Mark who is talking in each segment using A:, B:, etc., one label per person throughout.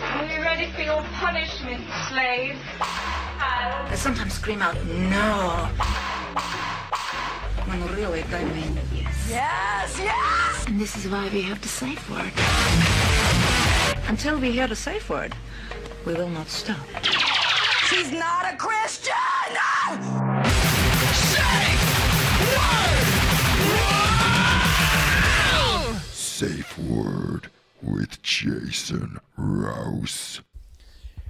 A: ready for your punishment, slave.
B: I sometimes scream out, no. When really I mean, yes. Yes, yes! And this is why we have the safe word. Until we hear the safe word, we will not stop. She's not a Christian!
C: Safe Word with Jason Rouse.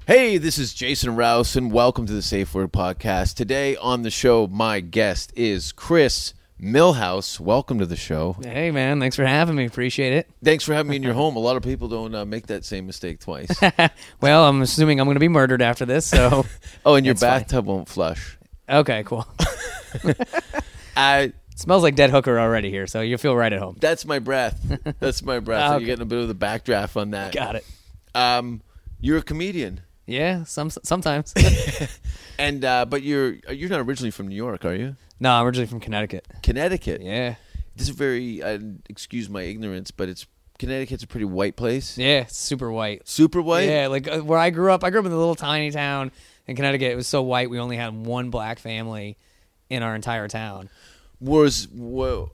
D: Hey, this is Jason Rouse, and welcome to the Safe Word Podcast. Today on the show, my guest is Chris Millhouse. Welcome to the show.
E: Hey man, thanks for having me. Appreciate it.
D: Thanks for having me in your home. A lot of people don't uh, make that same mistake twice.
E: Well, I'm assuming I'm going to be murdered after this, so
D: Oh, and your
E: fine.
D: bathtub won't flush.
E: okay, cool.
D: I.
E: smells like dead hooker already here, so you'll feel right at home.
D: That's my breath. That's my breath. So
E: Okay.
D: You're getting a bit of the backdraft on that.
E: Got it.
D: Um, you're a comedian,
E: Yeah, some sometimes.
D: and uh, but you're you're not originally from New York, are you?
E: no, I'm originally from Connecticut.
D: Connecticut.
E: Yeah,
D: This is very. Uh, excuse my ignorance, but it's Connecticut's a pretty white place.
E: yeah, it's super white.
D: Super white.
E: Yeah, like uh, where I grew up. I grew up in a little tiny town in Connecticut. It was so white. We only had one black family in our entire town.
D: was wha-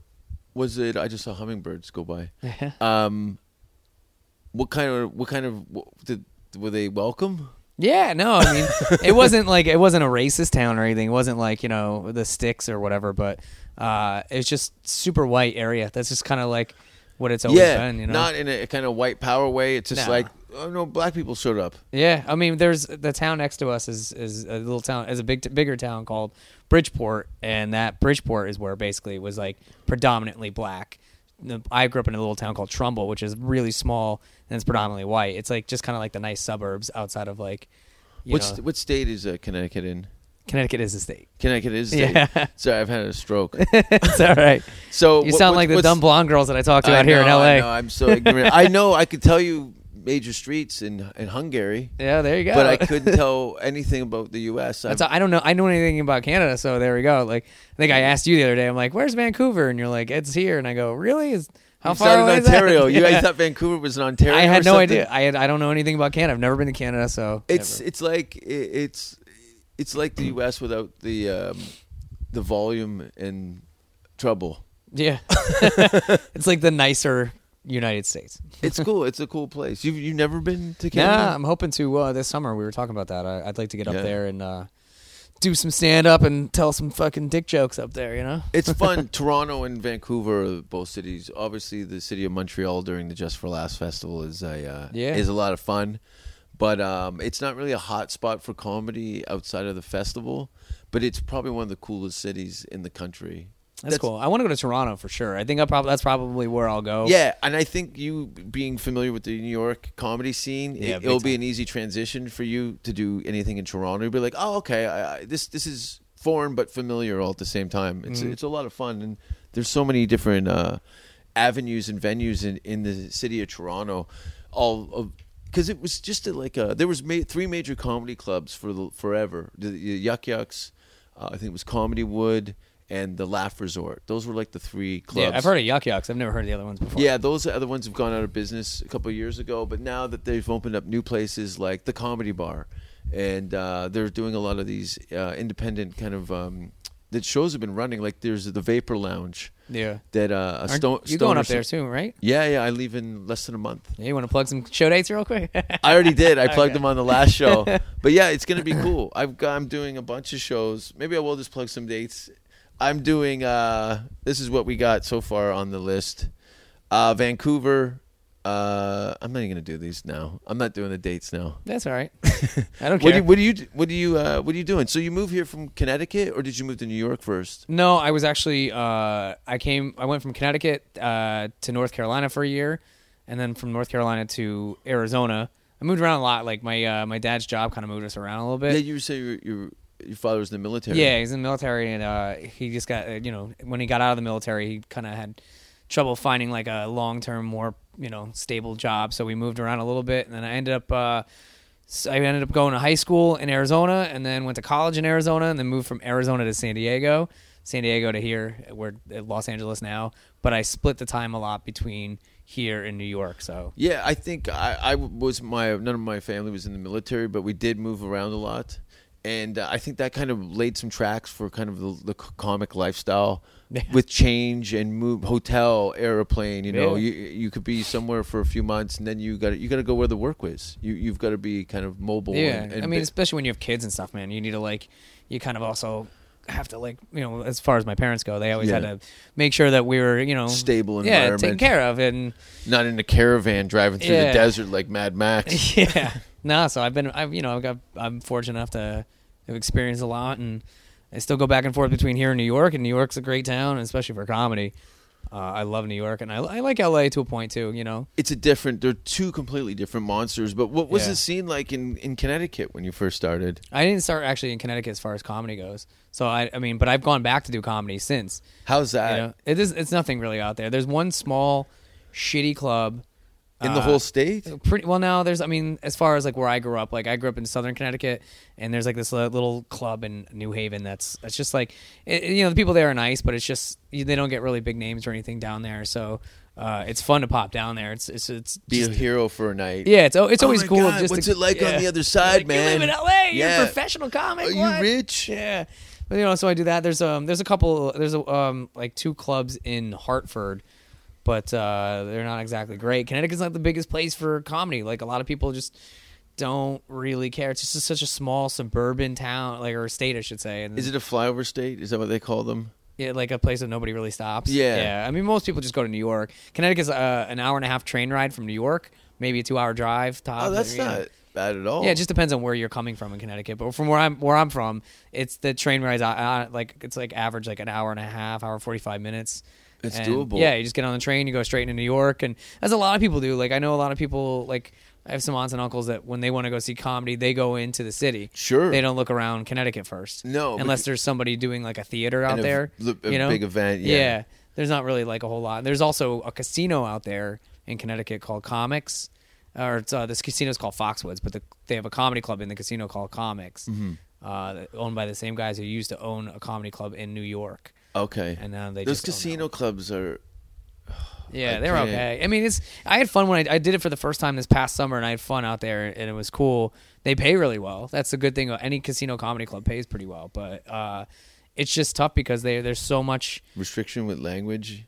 D: was it i just saw hummingbirds go by um what kind of what kind of what, did were they welcome
E: Yeah, no, I mean, it wasn't like it wasn't a racist town or anything. It wasn't like you know the sticks or whatever, but uh, it's just super white area. That's just kind of like what it's always
D: yeah
E: been, you know.
D: not in a kind of white power way it's just
E: No.
D: like oh no black people showed up
E: yeah, I mean, there's the town next to us is is a little town, is a big bigger town called Bridgeport, and that Bridgeport is where basically it was like predominantly black. The- I grew up in a little town called Trumbull, which is really small and it's predominantly white. It's like just kind of like the nice suburbs outside of like. You
D: what's
E: know,
D: what state is uh, connecticut in
E: Connecticut is a state.
D: connecticut is a state.
E: Yeah.
D: sorry i've had a stroke
E: it's all right.
D: so
E: You
D: what-
E: sound
D: what-
E: like the
D: what's-
E: dumb blonde girls that I talked
D: I
E: about here in
D: know,
E: LA.
D: i know i'm so ignorant i know i could tell you major streets in in hungary
E: Yeah, there you go.
D: but i couldn't tell anything about the us
E: That's,
D: I'm-
E: I don't know. I know anything about Canada, so there we go. Like I think I asked you the other day. I'm like, "Where's Vancouver?" And you're like, "It's here." And I go, "Really? Is how
D: I'm
E: far
D: sorry,
E: away
D: in
E: is that?"
D: Ontario. You
E: Yeah.
D: guys thought Vancouver was in Ontario.
E: I
D: or
E: had no
D: something?
E: idea. I had, I don't know anything about Canada. I've never been to Canada, so
D: It's
E: never.
D: it's like i- it's it's like the U.S. without the um, the volume and trouble.
E: yeah. it's like the nicer United States.
D: It's cool. it's a cool place. You you've never been to
E: Yeah,
D: Canada?
E: I'm hoping to uh, this summer. We were talking about that. I, I'd like to get up
D: Yeah.
E: there and uh, do some stand up and tell some fucking dick jokes up there. You know?
D: It's fun. Toronto and Vancouver are both cities. Obviously, the city of Montreal during the Just for Last festival is a uh,
E: Yeah.
D: is a lot of fun, but um, it's not really a hot spot for comedy outside of the festival. But it's probably one of the coolest cities in the country.
E: That's, cool. I want to go to Toronto for sure. I think I probably that's probably where I'll go.
D: Yeah, and I think you being familiar with the New York comedy scene,
E: Yeah,
D: it,
E: big
D: will be an
E: time.
D: easy transition for you to do anything in Toronto. You'll be like, oh, okay, I, I, this this is foreign but familiar all at the same time. It's
E: Mm-hmm.
D: it's a lot of fun, and there's so many different uh, avenues and venues in, in the city of Toronto, all of. Because it was just a, like a, there was ma- three major comedy clubs for the, forever. The, the Yuck Yucks, uh, I think it was Comedy Wood, and the Laugh Resort. Those were like the three clubs.
E: yeah. I've heard of Yuck Yucks. I've never heard of the other ones before.
D: Yeah, those other ones have gone out of business a couple of years ago, but now that they've opened up new places like the Comedy Bar, and uh, they're doing a lot of these uh, independent kind of um, that shows have been running. Like there's the Vapor Lounge.
E: Yeah.
D: That uh, a
E: Aren't-
D: stone.
E: you're going
D: Stoner-
E: up there soon, right?
D: Yeah, yeah. I leave in less than a month.
E: Yeah, you want to plug some show dates real quick?
D: I already did. I plugged them on the last show. But yeah, it's gonna be cool. I've got, I'm doing a bunch of shows. Maybe I will just plug some dates. I'm doing. Uh, this is what we got so far on the list. Uh, Vancouver. Uh, I'm not even gonna do these now. I'm not doing the dates now.
E: That's all right. I don't care.
D: What do you, what do you what do you uh, what are you doing? So you moved here from Connecticut, or did you move to New York first?
E: no, I was actually uh, I came I went from Connecticut uh, to North Carolina for a year, and then from North Carolina to Arizona. I moved around a lot. Like my uh, my dad's job kind of moved us around a little bit.
D: Yeah, you say your your your father was in the military.
E: Yeah, he's in the military, and uh, he just got uh, you know when he got out of the military, he kind of had trouble finding like a long term, more you know stable job. So we moved around a little bit, and then I ended up uh, s- I ended up going to high school in Arizona, and then went to college in Arizona, and then moved from Arizona to San Diego, San Diego to here, we're at Los Angeles now. But I split the time a lot between here in New York. So
D: Yeah, I think I, I was my none of my family was in the military, but we did move around a lot, and uh, I think that kind of laid some tracks for kind of the, the comic lifestyle
E: Yeah.
D: with change and move hotel airplane. You know,
E: Yeah.
D: you you could be somewhere for a few months, and then you got you got to go where the work was. You you've got to be kind of mobile.
E: yeah,
D: and, and
E: I mean,
D: bi-
E: especially when you have kids and stuff, man, you need to like, you kind of also have to like, you know, as far as my parents go, they always
D: Yeah.
E: had to make sure that we were, you know,
D: Stable
E: yeah, taken
D: environment.
E: care of, and
D: not in a caravan driving through the
E: Yeah.
D: desert like Mad Max.
E: yeah, no. So I've been, I've, you know, I've got, I'm fortunate enough to have experienced a lot, and I still go back and forth between here and New York, and New York's a great town, and especially for comedy. Uh, I love New York, and I, I like LA to a point too. You know,
D: it's a different they're two completely different monsters but what was
E: Yeah.
D: the scene like in, in connecticut when you first started
E: I didn't start actually in Connecticut as far as comedy goes. So I, I mean, but I've gone back to do comedy since.
D: how's
E: You
D: that
E: know, it is. It's nothing really out there. There's one small, shitty club.
D: in the
E: uh,
D: whole state
E: Pretty well now. There's. I mean, as far as like where I grew up, like I grew up in Southern Connecticut, and there's like this li- little club in New Haven that's that's just like, it, it- you know, the people there are nice, but it's just you- they don't get really big names or anything down there. So uh, it's fun to pop down there. It's it's it's
D: be
E: just-
D: a hero for a night
E: yeah. It's oh, it's
D: Oh
E: always
D: my
E: cool.
D: God,
E: just
D: what's
E: to,
D: it like on
E: yeah.
D: the other side
E: Like,
D: man
E: You live in L.A. You're
D: Yeah.
E: a professional comic.
D: are
E: what?
D: you rich
E: Yeah. But you know, so I do that. There's um there's a couple there's a, um like two clubs in Hartford, but uh they're not exactly great. Connecticut's not the biggest place for comedy. Like a lot of people just don't really care. It's just such a small suburban town, like or state I should say. And
D: is it a flyover state is that what they call them
E: yeah, like a place that nobody really stops.
D: Yeah.
E: yeah. I mean, most people just go to New York. Connecticut's uh, an hour and a half train ride from New York, maybe a two hour drive. Top.
D: oh that's
E: you know.
D: not bad at all
E: Yeah, it just depends on where you're coming from in Connecticut. But from where I'm where I'm from, it's the train rides uh, uh, like it's like average like an hour and a half, hour forty five minutes.
D: It's
E: And,
D: doable.
E: Yeah, you just get on the train, you go straight into New York, and as a lot of people do. Like I know a lot of people like I have some aunts and uncles that when they want to go see comedy, they go into the city.
D: Sure.
E: they don't look around Connecticut first.
D: No,
E: unless
D: becau-
E: there's somebody doing like a theater out
D: a-
E: there.
D: the- a
E: you know?
D: big event, yeah.
E: yeah, there's not really like a whole lot. There's also a casino out there in Connecticut called Comics, or it's, uh, this casino's called Foxwoods, but the, they have a comedy club in the casino called Comics,
D: Mm-hmm.
E: uh, that- owned by the same guys who used to own a comedy club in New York.
D: okay
E: And now they
D: those
E: just own
D: casino clubs are
E: Yeah,
D: I
E: they're
D: can't-
E: okay. I mean, it's I had fun when I, I did it for the first time this past summer, and I had fun out there, and it was cool. They pay really well. That's the good thing. Any casino comedy club pays pretty well, but uh, it's just tough because they there's so much.
D: restriction with language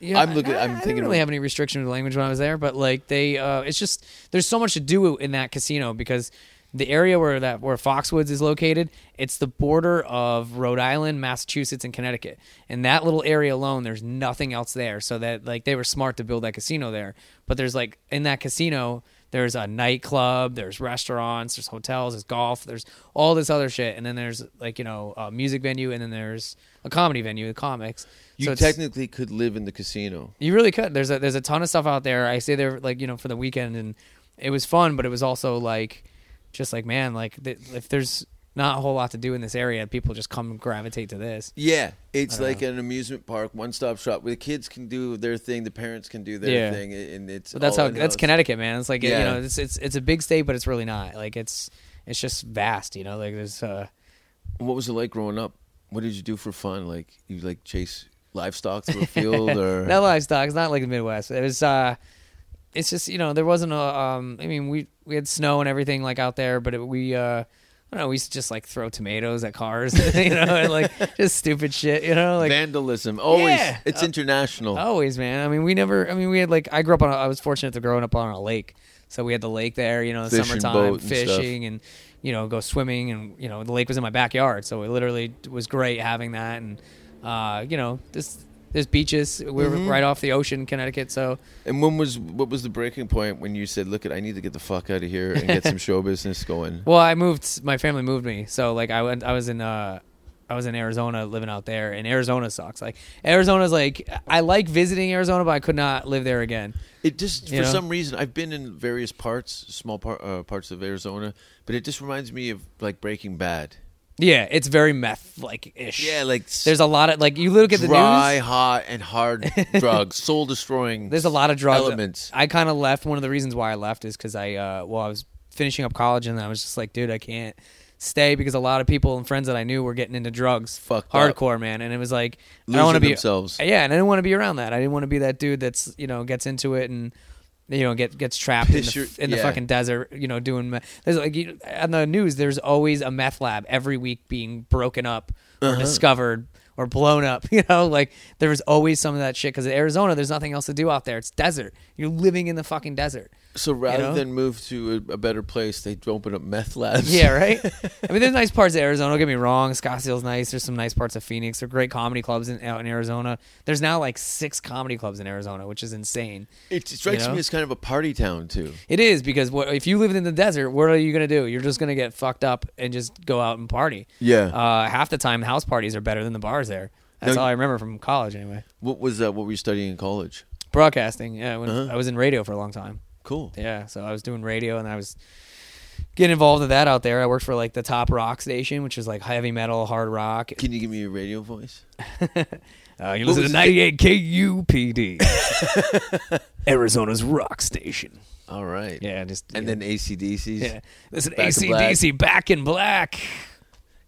E: Yeah,
D: I'm looking-
E: I,
D: I'm
E: I
D: thinking
E: Didn't really
D: of-
E: have any restriction to language when I was there, but like they, uh, it's just there's so much to do in that casino because the area where that where Foxwoods is located, it's the border of Rhode Island, Massachusetts, and Connecticut. And that little area alone, there's nothing else there. So that like they were smart to build that casino there. But there's like in that casino, there's a nightclub, there's restaurants, there's hotels, there's golf, there's all this other shit, and then there's like you know a music venue, and then there's a comedy venue, the comics.
D: you
E: so it's-
D: technically could live in the casino
E: you really could. There's a there's a ton of stuff out there. I stayed there like you know for the weekend, and it was fun, but it was also like, just like man, like th- if there's not a whole lot to do in this area, people just come gravitate to this.
D: Yeah, it's like an amusement park, one stop shop where the kids can do their thing, the parents can do their
E: Yeah.
D: thing, and it's.
E: But that's
D: all
E: how
D: in
E: that's
D: those.
E: Connecticut, man. It's like you
D: Oh, Yeah.
E: know it's it's it's a big state, but it's really not. Like it's it's just vast, you know. Like there's uh
D: What was it like growing up? What did you do for fun? Like you like chase livestock through a field, or
E: that livestock. It's not like the Midwest. It was uh, it's just you know there wasn't a um. I mean we we had snow and everything like out there, but it, we uh. I don't know. We used to just like throw tomatoes at cars, you know, and like just stupid shit, you know. Like
D: vandalism? Always,
E: Yeah.
D: it's international.
E: Always, man. I mean, we never. I mean, we had like I grew up on. A, I was fortunate to growing up on a lake, so we had the lake there. You know, in the
D: Fishing
E: summertime
D: boat and
E: fishing and you know go swimming and you know the lake was in my backyard, so it literally was great having that and uh, you know this. There's beaches. We were
D: Mm-hmm.
E: right off the ocean, Connecticut. So
D: And when was what was the breaking point when you said, "Look, it, I need to get the fuck out of here and get some show business going"?
E: Well, I moved. My family moved me, so like I went. I was in. uh I was in Arizona living out there, and Arizona sucks. Like Arizona's like I like visiting Arizona, but I could not live there again.
D: It just for
E: You know?
D: some reason I've been in various parts, small par- uh, parts of Arizona, but it just reminds me of like Breaking Bad.
E: Yeah, it's very meth like ish.
D: Yeah, like s-
E: there's a lot of like you look at the
D: dry,
E: news.
D: hot, and hard drugs, soul destroying.
E: There's a lot of drugs
D: elements.
E: I kind of left. One of the reasons why I left is because I uh, well I was finishing up college and I was just like, dude, I can't stay because a lot of people and friends that I knew were getting into drugs,
D: Fucked up.
E: hardcore, man. And it was like I
D: Losing
E: don't want to be
D: themselves.
E: Yeah, and I didn't want to be around that. I didn't want to be that dude that's you know gets into it and you know get gets trapped in, the,
D: Picture-
E: f- in the
D: yeah.
E: fucking desert. You know, doing meth. there's like you, on the news. There's always a meth lab every week being broken up or discovered or blown up. You know, like there was always some of that shit because in Arizona, there's nothing else to do out there. It's desert. You're living in the fucking desert.
D: So rather
E: know?
D: than move to a, a better place, they open up meth labs.
E: Yeah, right. I mean, there's nice parts of Arizona. Don't get me wrong. Scottsdale's nice. There's some nice parts of Phoenix. There are great comedy clubs in, out in Arizona. There's now like six comedy clubs in Arizona, which is insane.
D: It strikes
E: You know?
D: me as kind of a party town too.
E: It is because what, if you lived in the desert, what are you gonna do? You're just gonna get fucked up and just go out and party.
D: Yeah.
E: Uh, half the time, house parties are better than the bars there. That's
D: Now-
E: all I remember from college, anyway.
D: What was uh, what were you studying in college?
E: Broadcasting. Yeah, when
D: Uh-huh.
E: I was in radio for a long time.
D: Cool.
E: Yeah, so I was doing radio and I was getting involved with that out there. I worked for like the top rock station, which is like heavy metal, hard rock.
D: Can you give me your radio voice?
E: Uh, you
D: What
E: listen to
D: was
E: 98 KUPD, Arizona's rock station.
D: All right.
E: Yeah, just
D: And
E: yeah.
D: then ACDC's.
E: yeah, listen,
D: Back in Black.
E: ACDC back in black,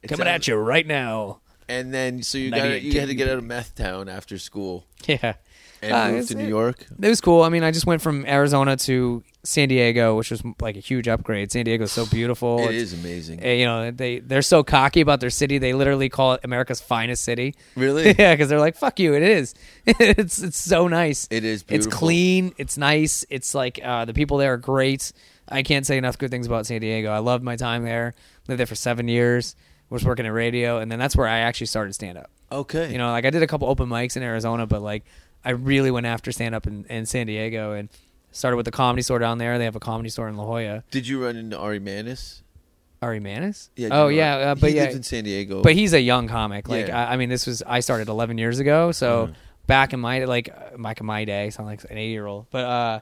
E: coming at
D: sounds-
E: you right now.
D: And then so you got
E: 98
D: you had to get out of meth town after school
E: Yeah,
D: and
E: Ah,
D: move
E: it's-
D: to
E: it-
D: New York.
E: It was cool. I mean, I just went from Arizona to San Diego, which was like a huge upgrade. San Diego's so beautiful.
D: It
E: It's-
D: is amazing.
E: eh, You know, they they're so cocky about their city. They literally call it America's finest city.
D: Really?
E: yeah, because they're like, "Fuck you!" It is. it's it's so nice.
D: It is
E: It's
D: beautiful.
E: clean. It's nice. It's like uh, the people there are great. I can't say enough good things about San Diego. I loved my time there. Lived there for seven years. Was working in radio, and then that's where I actually started stand up.
D: okay.
E: You know, like I did a couple open mics in Arizona, but like I really went after stand up in, in San Diego and started with the comedy store down there. They have a comedy store in La Jolla.
D: did you run into Ari Manis?
E: Ari Manis?
D: Yeah, do you
E: oh
D: know
E: yeah,
D: Ari-
E: uh, but
D: he
E: yeah,
D: lived in San Diego.
E: but he's a young comic. Like
D: Yeah. Uh-huh.
E: I, I mean, this was I started 11 years ago, so back in my like uh, back in my day, sound like an 80 year old. But uh,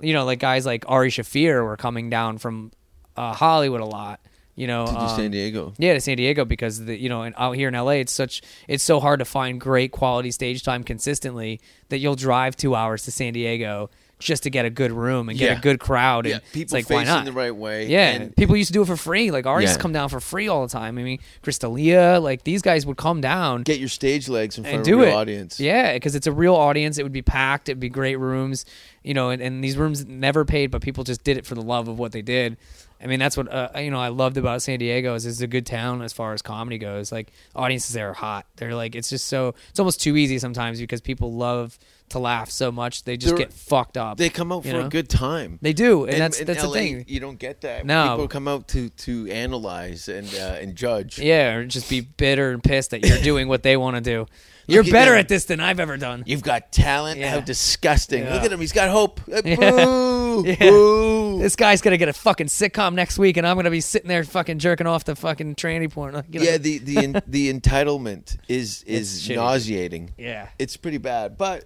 E: you know, like guys like Ari Shafir were coming down from uh, Hollywood a lot. You know,
D: to
E: um,
D: San Diego.
E: yeah, to San Diego because the, you know, and out here in LA, it's such it's so hard to find great quality stage time consistently that you'll drive two hours to San Diego just to get a good room and get
D: Yeah.
E: a good crowd. And
D: Yeah,
E: it's
D: people
E: like, why
D: facing
E: not?
D: the right way.
E: Yeah,
D: and
E: people used to do it for free. Like Ari's
D: Yeah.
E: come down for free all the time. I mean, Crystalia, like these guys would come down
D: get your stage legs in front
E: and
D: of
E: do
D: a
E: it.
D: real audience.
E: Yeah, because it's a real audience. It would be packed. It'd be great rooms, you know. And, and these rooms never paid, but people just did it for the love of what they did. I mean, that's what uh, you know. I loved about San Diego is it's a good town as far as comedy goes. Like audiences there are hot. They're like it's just so it's almost too easy sometimes because people love to laugh so much they just
D: They're-
E: get fucked up.
D: They come out
E: you
D: for
E: know?
D: a good time.
E: They do, and,
D: In-
E: that's
D: in
E: that's
D: LA,
E: the thing.
D: You don't get that.
E: No.
D: People come out to to analyze and uh, and judge.
E: Yeah, or just be bitter and pissed that you're doing what they want to do. You're
D: at
E: better
D: them.
E: at this than I've ever done.
D: You've got talent.
E: Yeah.
D: How disgusting!
E: Yeah.
D: Look at him. He's got hope. Uh,
E: Yeah.
D: Boo!
E: Yeah.
D: Boo!
E: this guy's gonna get a fucking sitcom next week, and I'm gonna be sitting there fucking jerking off the fucking tranny porn. Like, you know?
D: yeah, the the en- the entitlement is is
E: shitty.
D: nauseating.
E: Yeah.
D: it's pretty bad. But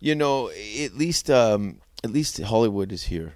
D: you know, at least um, at least Hollywood is here.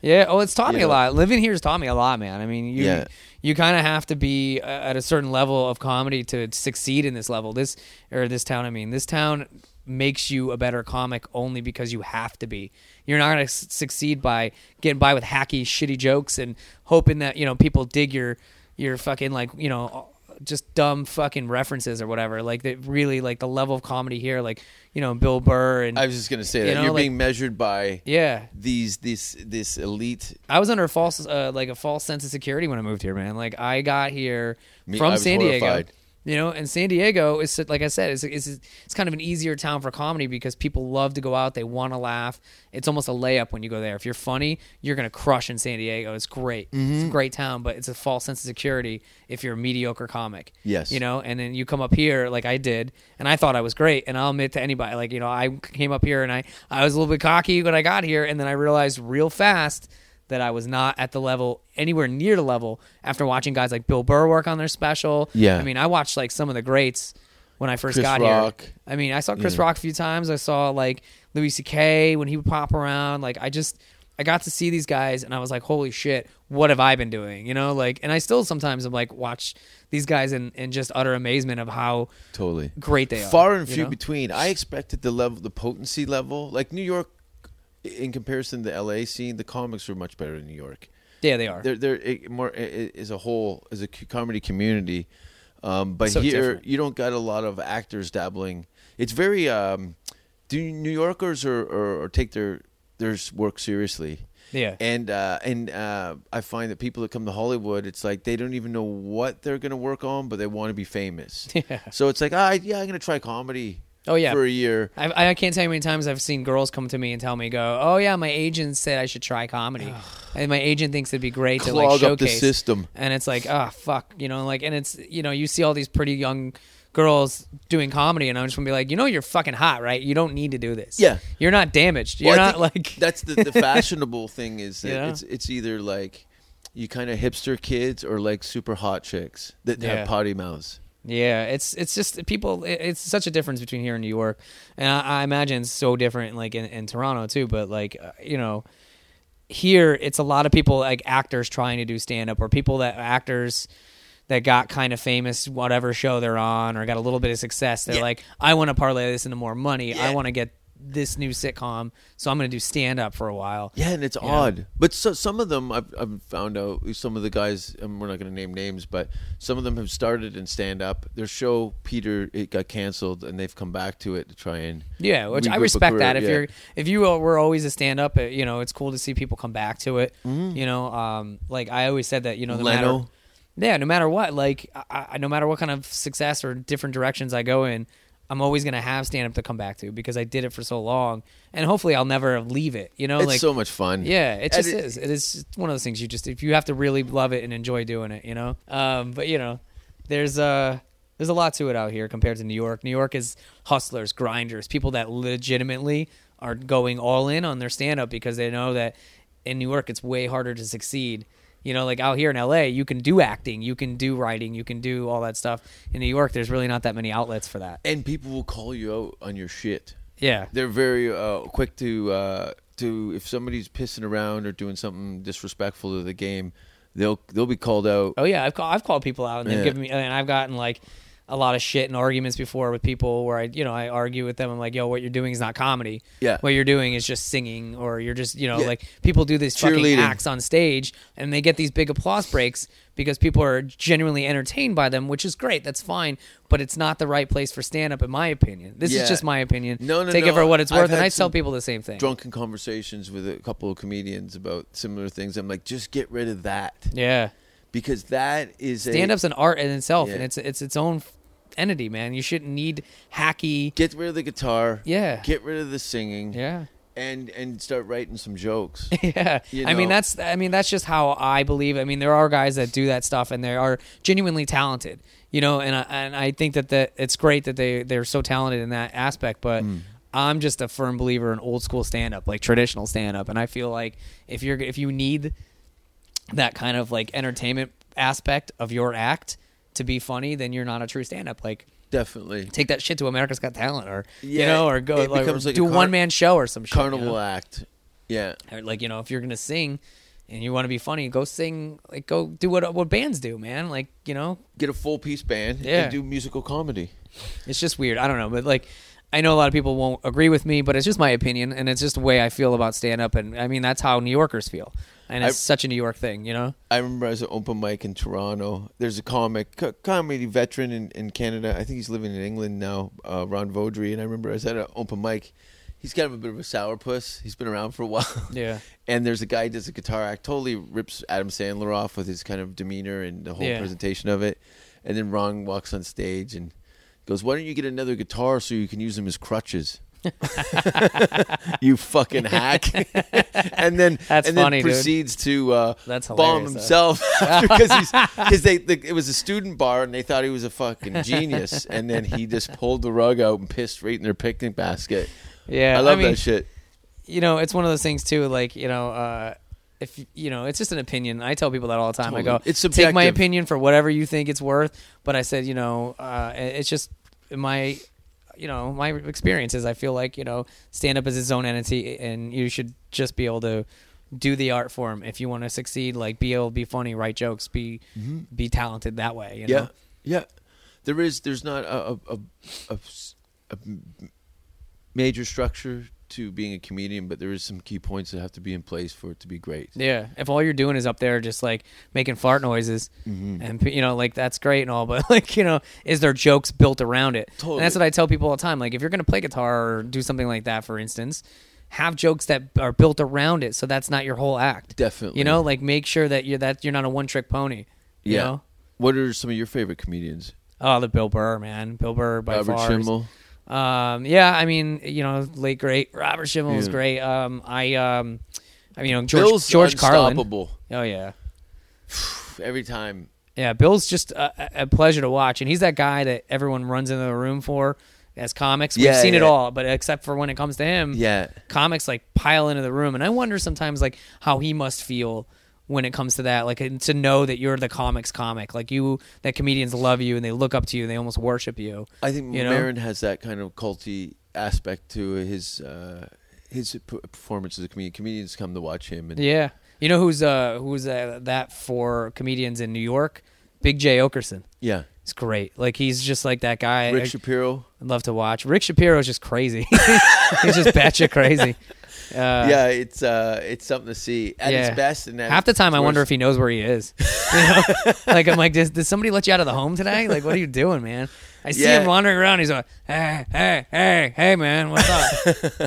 E: yeah. Oh, it's taught me
D: Yeah.
E: a lot. Living here has taught me a lot, man. I mean, you
D: Yeah.
E: you kind of have to be uh, at a certain level of comedy to succeed in this level. This or this town. I mean, this town makes you a better comic only because you have to be. You're not gonna s- succeed by getting by with hacky, shitty jokes and hoping that you know people dig your your fucking like you know just dumb fucking references or whatever. Like that really like the level of comedy here, like you know Bill Burr and
D: I was just gonna say
E: You
D: that
E: know,
D: you're
E: like-
D: being measured by
E: yeah.
D: these this this elite.
E: I was under a false uh, like a false sense of security when I moved here, man. Like I got here
D: Me- I
E: from
D: was
E: San Diego.
D: horrified.
E: You know, and San Diego is like I said, it's, it's it's kind of an easier town for comedy because people love to go out, they want to laugh. It's almost a layup when you go there. If you're funny, you're gonna crush in San Diego. It's great,
D: Mm-hmm.
E: it's a great town, but it's a false sense of security if you're a mediocre comic.
D: Yes.
E: you know, and then you come up here like I did, and I thought I was great, and I'll admit to anybody, like you know, I came up here and I I was a little bit cocky when I got here, and then I realized real fast that I was not at the level anywhere near the level after watching guys like Bill Burr work on their special.
D: Yeah.
E: I mean, I watched like some of the greats when I first
D: Chris
E: got
D: Rock.
E: here. I mean, I saw Chris Rock a few times. I saw like Louis C.K. when he would pop around. Like I just I got to see these guys and I was like, holy shit, what have I been doing? You know, like and I still sometimes I'm like watch these guys and and just utter amazement of how
D: Totally.
E: great they are.
D: Far and
E: you
D: few
E: know?
D: between. I expected the level, the potency level, like New York, in comparison to the LA scene, the comics were much better in New York.
E: Yeah, they are.
D: There, there it, more i- i- is a whole is a c- comedy community. Um, but
E: So
D: here
E: different.
D: you don't got a lot of actors dabbling. It's very um, do New Yorkers or, or, or take their their s- work seriously.
E: Yeah.
D: And uh, and uh, I find that people that come to Hollywood, it's like they don't even know what they're gonna work on, but they want to be famous.
E: Yeah.
D: So it's like, ah, yeah, I'm gonna try comedy.
E: Oh, yeah.
D: For a year.
E: I, I can't tell you how many times I've seen girls come to me and tell me, "Go, oh yeah, my agent said I should try comedy, and my agent thinks it'd be great to like
D: Clog up the
E: showcase
D: system.
E: And it's like, ah, fuck, you know, like, and it's you know, you see all these pretty young girls doing comedy, and I'm just gonna be like, you know, you're fucking hot, right? You don't need to do this.
D: Yeah.
E: you're not damaged. You're
D: Well, I
E: not
D: think
E: like
D: that's the, the fashionable thing is that
E: Yeah.
D: it's it's either like you kind of hipster kids or like super hot chicks that
E: Yeah.
D: have potty mouths.
E: Yeah, it's it's just people. it- It's such a difference between here and New York, and I, I imagine it's so different like in, in Toronto too. But like uh, you know, here it's a lot of people like actors trying to do stand up or people that actors that got kind of famous whatever show they're on or got a little bit of success. They're like, I want to parlay this into more money. I want to get this new sitcom, so I'm going to do stand up for a while.
D: Yeah, and it's odd. But so, some of them I've, I've found out some of the guys, and we're not going to name names, but some of them have started in stand up. Their show Peter it got canceled, and they've come back to it to try and
E: Yeah, which I
D: regroup a
E: respect that. If
D: career. Yeah.
E: you're if you were always a stand up, you know, it's cool to see people come back to it. You know, um, like I always said that you know, no matter
D: Mm-hmm. Leno.
E: yeah, no matter what, like I, I, no matter what kind of success or different directions I go in, I'm always gonna have stand up to come back to because I did it for so long, and hopefully I'll never leave it. You know,
D: it's
E: like
D: so much fun.
E: yeah, it
D: And
E: just is. It is just one of those things you just if you have to really love it and enjoy doing it, you know. Um, but you know, there's uh there's a lot to it out here compared to New York. New York is hustlers, grinders, people that legitimately are going all in on their stand up because they know that in New York it's way harder to succeed. You know, like out here in LA, you can do acting, you can do writing, you can do all that stuff. In New York, there's really not that many outlets for that.
D: and people will call you out on your shit.
E: Yeah.
D: they're very uh, quick to uh, to if somebody's pissing around or doing something disrespectful to the game, they'll they'll be called out.
E: Oh yeah, I've called I've called people out and they've
D: Yeah.
E: given me and I've gotten like a lot of shit and arguments before with people where I you know I argue with them. I'm like, yo, what you're doing is not comedy.
D: Yeah.
E: what you're doing is just singing or you're just you know
D: Yeah.
E: like people do these fucking
D: Cheerleading.
E: acts on stage and they get these big applause breaks because people are genuinely entertained by them, which is great. That's fine, but it's not the right place for stand up in my opinion. This
D: Yeah.
E: is just my opinion.
D: No, no,
E: take it
D: no.
E: for what it's
D: I've
E: worth, and
D: had
E: I tell
D: some
E: people the same thing.
D: Drunken conversations with a couple of comedians about similar things. I'm like, just get rid of that
E: Yeah.
D: because that is a-
E: Stand up's an art in itself,
D: Yeah.
E: and it's it's its own f- entity, man. You shouldn't need hacky.
D: Get rid of the guitar.
E: Yeah.
D: Get rid of the singing.
E: Yeah.
D: And and start writing some jokes.
E: yeah.
D: You
E: I mean
D: know.
E: that's I mean that's just how I believe. I mean there are guys that do that stuff and they are genuinely talented. You know, and I, and I think that that it's great that they they're so talented in that aspect, but
D: Mm.
E: I'm just a firm believer in old school stand up, like traditional stand up, and I feel like if you're if you need that kind of like entertainment aspect of your act to be funny, then you're not a true stand up. Like
D: Definitely.
E: take that shit to America's Got Talent or you
D: Yeah,
E: know or go
D: it
E: like, or
D: becomes like a
E: do a
D: car-
E: one man show or some shit, you
D: Carnival
E: know?
D: act. Yeah.
E: Or, like you know if you're gonna sing and you want to be funny go sing like go do what what bands do man like you know
D: Get a full piece band
E: Yeah.
D: and do musical comedy.
E: it's just weird i don't know but like i know a lot of people won't agree with me but it's just my opinion and it's just the way i feel about stand up and i mean that's how new yorkers feel and it's
D: I-
E: such a new york thing you know
D: I remember as an open mic in Toronto. There's a comic, co- comedy veteran in, in Canada. I think he's living in England now, uh, Ron Vaudry. And I remember I was at an open mic. He's kind of a bit of a sourpuss. He's been around for a while.
E: Yeah.
D: And there's a guy who does a guitar act, totally rips Adam Sandler off with his kind of demeanor and the whole
E: Yeah.
D: presentation of it. And then Ron walks on stage and goes, Why don't you get another guitar so you can use them as crutches? you fucking hack. and then
E: That's
D: and then
E: funny, dude.
D: proceeds to uh,
E: That's
D: bomb
E: hilarious, though.
D: himself because he's because they the, it was a student bar and they thought he was a fucking genius and then he just pulled the rug out and pissed right in their picnic basket.
E: Yeah,
D: I
E: I
D: love
E: mean-
D: that shit.
E: you know, it's one of those things too. Like you know, uh, if you know, it's just an opinion. I tell people that all the time. I go,
D: Totally. It's
E: take my
D: subjective.
E: opinion for whatever you think it's worth. But I said, you know, uh, it's just my, you know, my experiences. I feel like you know, stand up is its own entity, and you should just be able to do the art form if you want to succeed. Like be able to be funny, write jokes, be be talented that way. You know?
D: Mm-hmm. Yeah, yeah. There is. There's not a a, a, a s- a m- major structure to being a comedian, but there is some key points that have to be in place for it to be great.
E: Yeah, if all you're doing is up there just like making fart noises,
D: Mm-hmm.
E: and you know, like that's great and all, but like you know, is there jokes built around it? And that's
D: Totally.
E: what I tell people all the time. Like if you're gonna play guitar or do something like that, for instance, have jokes that are built around it, so that's not your whole act.
D: Definitely.
E: You know, like make sure that you're that you're not a one trick pony. You
D: Yeah.
E: know?
D: What are some of your favorite comedians?
E: Oh, the Bill Burr man, Bill Burr by
D: Robert
E: far. is-
D: Schimmel.
E: Um, yeah, I mean, you know, late great Robert Schimmel was
D: Yeah.
E: great. Um, I, um, I mean, you know, George
D: Bill's
E: George Carlin.
D: unstoppable
E: Oh yeah,
D: every time.
E: yeah. Bill's just a, a pleasure to watch, and he's that guy that everyone runs into the room for as comics. We've
D: Yeah,
E: seen it
D: yeah.
E: all, but except for when it comes to him,
D: Yeah.
E: comics like pile into the room, and I wonder sometimes like how he must feel when it comes to that, like and to know that you're the comics comic, like you that comedians love you and they look up to you, and they almost worship you.
D: I think
E: You know?
D: Marin has that kind of culty aspect to his uh, his p- performance as a comedian. Comedians come to watch him, and
E: Yeah. You know who's uh who's uh, that for comedians in New York? Big J Okerson.
D: yeah,
E: It's great. Like he's just like that guy.
D: Rick
E: I-
D: Shapiro.
E: I'd love to watch. Rick Shapiro is just crazy. he's just batshit crazy. Uh,
D: yeah, it's uh, it's something to see at
E: yeah.
D: its best. And at
E: half the
D: its
E: time I wonder if
D: worst.
E: he knows where he is. You know? like I'm like, did, did somebody let you out of the home today? Like, what are you doing, man? I see
D: Yeah.
E: him wandering around. He's like, hey, hey, hey, hey, man, what's up?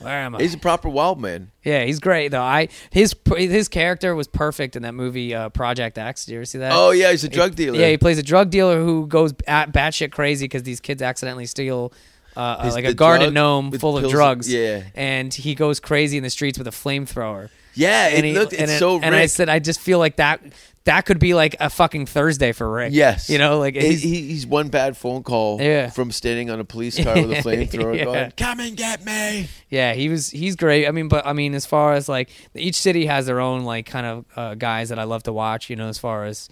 E: Where am I?
D: he's a proper wild man.
E: Yeah, he's great though. I his his character was perfect in that movie uh, Project X. Did you ever see that?
D: Oh yeah, he's a drug dealer.
E: Yeah, he plays a drug dealer who goes at batshit crazy because these kids accidentally steal. Uh, uh,
D: His-
E: like
D: the
E: a garden
D: drug
E: gnome
D: with
E: full of
D: pills-
E: drugs,
D: yeah.
E: and he goes crazy in the streets with a flamethrower.
D: yeah, it looked it's
E: and it-
D: so.
E: And I
D: Rick.
E: said, I just feel like that that could be like a fucking Thursday for Rick.
D: Yes,
E: you know, like
D: It-
E: he's-
D: he, he's one bad phone call
E: Yeah.
D: from standing on a police car with a flamethrower,
E: Yeah.
D: going, "Come and get me!"
E: Yeah, he was he's great. I mean, but I mean, as far as like each city has their own like kind of uh, guys that I love to watch. You know, as far as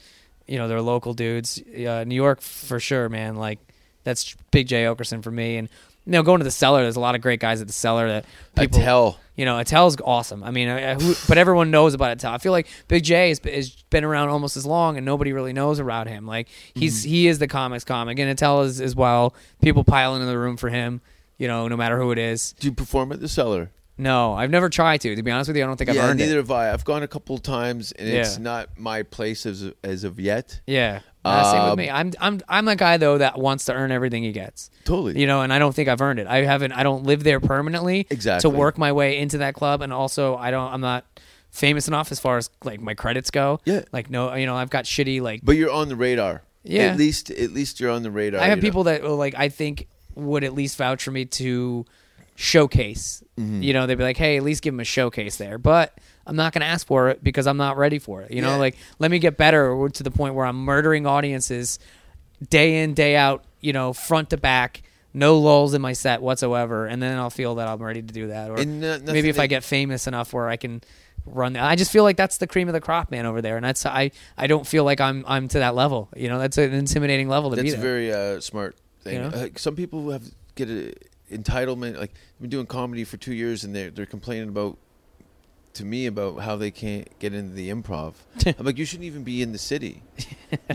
E: you know, their local dudes. Uh, New York for sure, man. Like that's Big J Okerson for me. And you know, going to the cellar, there's a lot of great guys at the cellar that people.
D: Attell.
E: You know, Attell's awesome. I mean, I, I, who, but everyone knows about Attell. I feel like Big J has, has been around almost as long, and nobody really knows about him. Like he's he is the comics comic, and Attell is as well. People pile into the room for him. You know, no matter who it is.
D: Do you perform at the cellar?
E: No, I've never tried to. To be honest with you, I don't think I've
D: yeah,
E: earned
D: neither
E: it.
D: have I. I've gone a couple times, and it's
E: Yeah.
D: not my place as as of yet.
E: Yeah, Nah, same with
D: Um,
E: me. I'm I'm I'm a guy though that wants to earn everything he gets.
D: Totally.
E: You know, and I don't think I've earned it. I haven't. I don't live there permanently.
D: Exactly.
E: To work my way into that club, and also I don't. I'm not famous enough as far as like my credits go.
D: Yeah.
E: Like no, you know, I've got shitty like.
D: But you're on the radar.
E: Yeah.
D: At least at least you're on the radar.
E: I have
D: you know?
E: people that uh, like I think would at least vouch for me to showcase.
D: Mm-hmm.
E: You know, they'd be like, "Hey, at least give him a showcase there." But I'm not going to ask for it because I'm not ready for it. You know,
D: Yeah.
E: like let me get better to the point where I'm murdering audiences day in, day out. You know, front to back. No lulls in my set whatsoever, and then I'll feel that I'm ready to do that. Or
D: And no- nothing
E: maybe if I
D: that-
E: get famous enough where I can run. I just feel like that's the cream of the crop, man, over there, and that's I. I don't feel like I'm I'm to that level. You know, that's an intimidating level to be.
D: That's a
E: there.
D: very uh, smart thing.
E: You know?
D: Uh, some people who have get a entitlement. Like I've been doing comedy for two years, and they're they're complaining about to me about how they can't get into the improv. I'm like, you shouldn't even be in the city.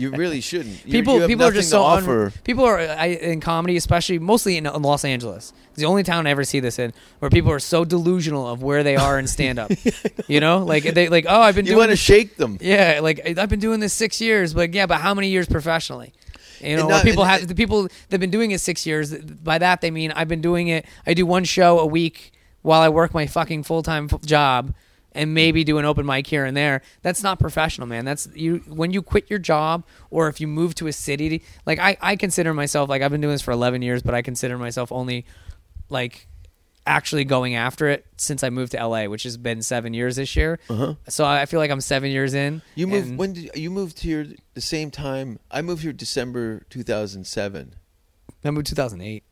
D: You really shouldn't. You-
E: people
D: you have
E: people are
D: nothing
E: just
D: to
E: so un-
D: offer.
E: people are uh, I, in comedy especially mostly in, in los angeles it's the only town i ever see this in where people are so delusional of where they are in stand-up you know like they like oh i've been
D: you
E: doing
D: want to
E: this,
D: shake them.
E: yeah like i've been doing this six years but yeah but how many years professionally you know,
D: And
E: where
D: not-
E: people
D: and-
E: have the people that've been doing it six years. By that they mean I've been doing it. I do one show a week while I work my fucking full time job, and maybe do an open mic here and there. That's not professional, man. That's you when you quit your job or if you move to a city. Like I, I consider myself like I've been doing this for eleven years, but I consider myself only like actually going after it since I moved to LA, which has been seven years this year. So I I feel like I'm seven years in.
D: Uh-huh. You moved
E: and-
D: when did, you moved here the same time I moved here December 2007.
E: I moved 2008,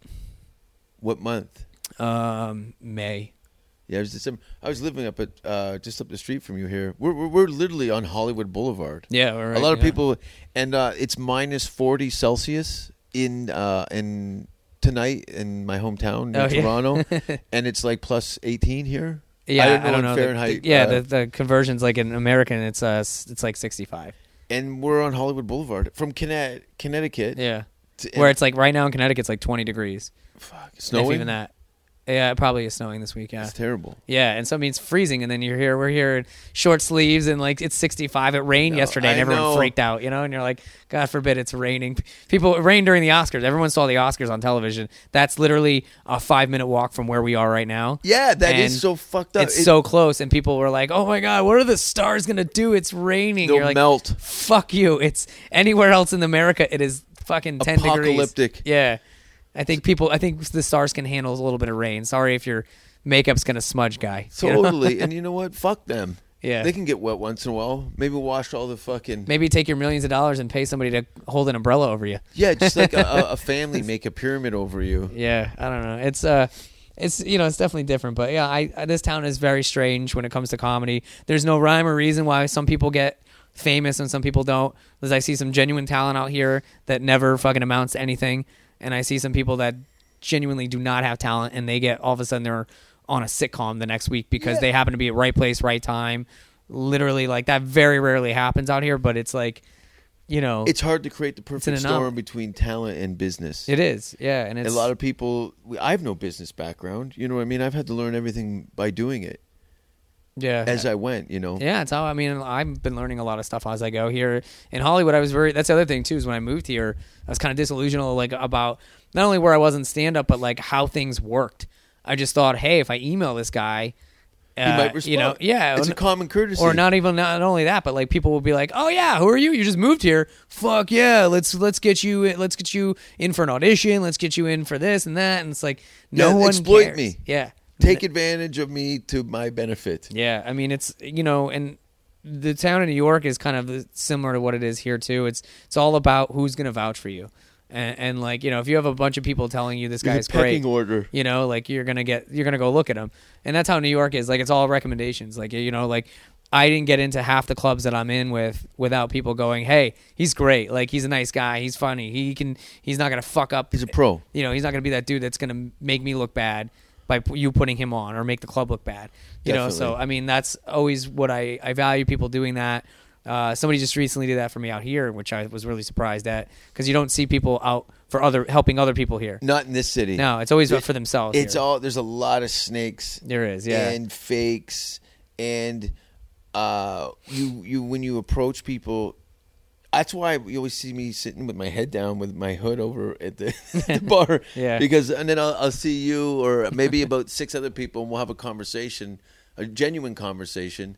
D: What month?
E: um, May.
D: Yeah, it was December. I was living up at uh, just up the street from you here. We're we're, we're literally on Hollywood Boulevard.
E: Yeah, we're
D: a
E: right-
D: lot of
E: yeah.
D: people, and uh, it's minus forty Celsius in uh, in tonight in my hometown, in
E: Oh, yeah.
D: Toronto, and it's like plus eighteen here.
E: Yeah,
D: I don't know, in
E: the-
D: Fahrenheit.
E: the- yeah,
D: uh,
E: the, the conversion's like in American, it's uh, s- it's like sixty five.
D: and we're on Hollywood Boulevard from Conne- Connecticut.
E: Yeah,
D: T-
E: where it's like right now in Connecticut, it's like twenty degrees.
D: Fuck,
E: No,
D: snowing.
E: even that. Yeah, it probably is snowing this week. Yeah.
D: It's terrible.
E: Yeah, and so I mean it's freezing, and then you're here. We're here in short sleeves, and like it's 65. It rained yesterday, and
D: I
E: everyone
D: know.
E: freaked out, you know. And you're like, God forbid it's raining. People it rained during the Oscars. Everyone saw the Oscars on television. That's literally a five minute walk from where we are right now.
D: Yeah, that
E: that is
D: is so fucked up.
E: It's
D: It-
E: so close, and people were like, "Oh my God, what are the stars gonna do? It's raining.
D: They'll
E: you're like,
D: melt.
E: Fuck you. It's anywhere else in America. It is fucking ten degrees.
D: Apocalyptic.
E: Yeah, I think people. I think the stars can handle a little bit of rain. Sorry if your makeup's gonna smudge, guy. You know?
D: Totally. and you know what? Fuck them.
E: Yeah.
D: They can get wet once in a while. Maybe wash all the fucking.
E: Maybe take your millions of dollars and pay somebody to hold an umbrella over you.
D: Yeah, just like a, a- a family make a pyramid over you.
E: Yeah, I don't know. It's uh it's you know it's definitely different, but yeah, I, I this town is very strange when it comes to comedy. There's no rhyme or reason why some people get famous and some people don't. Because I see some genuine talent out here that never fucking amounts to anything, and I see some people that genuinely do not have talent and they get all of a sudden they're on a sitcom the next week because they happen to be at right place, right time. Literally, like that very rarely happens out here, but it's like, you know,
D: It's hard to create the perfect
E: anomaly.
D: storm between talent and business.
E: it is, yeah, and it's
D: a lot of people. we- I have no business background. You know what I mean? I've had to learn everything by doing it
E: yeah
D: as I went. You know.
E: Yeah, it's how I mean. I've been learning a lot of stuff as I go here in Hollywood. I was very. That's the other thing too is when I moved here, I was kind of disillusional, like about not only where I was in stand up, but like how things worked. I just thought, hey, if I email this guy,
D: He
E: uh,
D: might respond.
E: You know, yeah,
D: It's a common courtesy.
E: or not even not only that, but like people will be like, "Oh yeah, who are you? You just moved here. Fuck yeah, let's let's get you in- let's get you in for an audition. Let's get you in for this and that." And it's like no
D: Yeah,
E: one
D: exploit
E: cares.
D: me.
E: Yeah,
D: Take advantage of me to my benefit.
E: yeah, I mean it's you know, and the town in New York is kind of similar to what it is here too. It's it's all about who's gonna vouch for you, and, and like you know, if you have a bunch of people telling you this
D: You're the
E: guy's great,
D: pecking order.
E: you know, like you're gonna get you're gonna go look at him, and that's how New York is. Like it's all recommendations. Like you know, like. I didn't get into half the clubs that I'm in with without people going, "Hey, he's great. Like he's a nice guy. He's funny. He can. He's not gonna fuck up.
D: He's a pro.
E: You know, he's not going to be that dude that's going to make me look bad by p- you putting him on or make the club look bad. You know, so
D: Definitely.
E: I mean, that's always what I, I value people doing that. Uh, somebody just recently did that for me out here, which I was really surprised at because you don't see people out for other helping other people here.
D: Not in this city.
E: No, it's always for themselves.
D: It's
E: here.
D: all there's a lot of snakes.
E: There is, yeah.
D: and fakes, and uh, you you when you approach people, that's why you always see me sitting with my head down with my hood over at the, the bar,
E: Yeah.
D: Because and then I'll, I'll see you or maybe about six other people, and we'll have a conversation, a genuine conversation.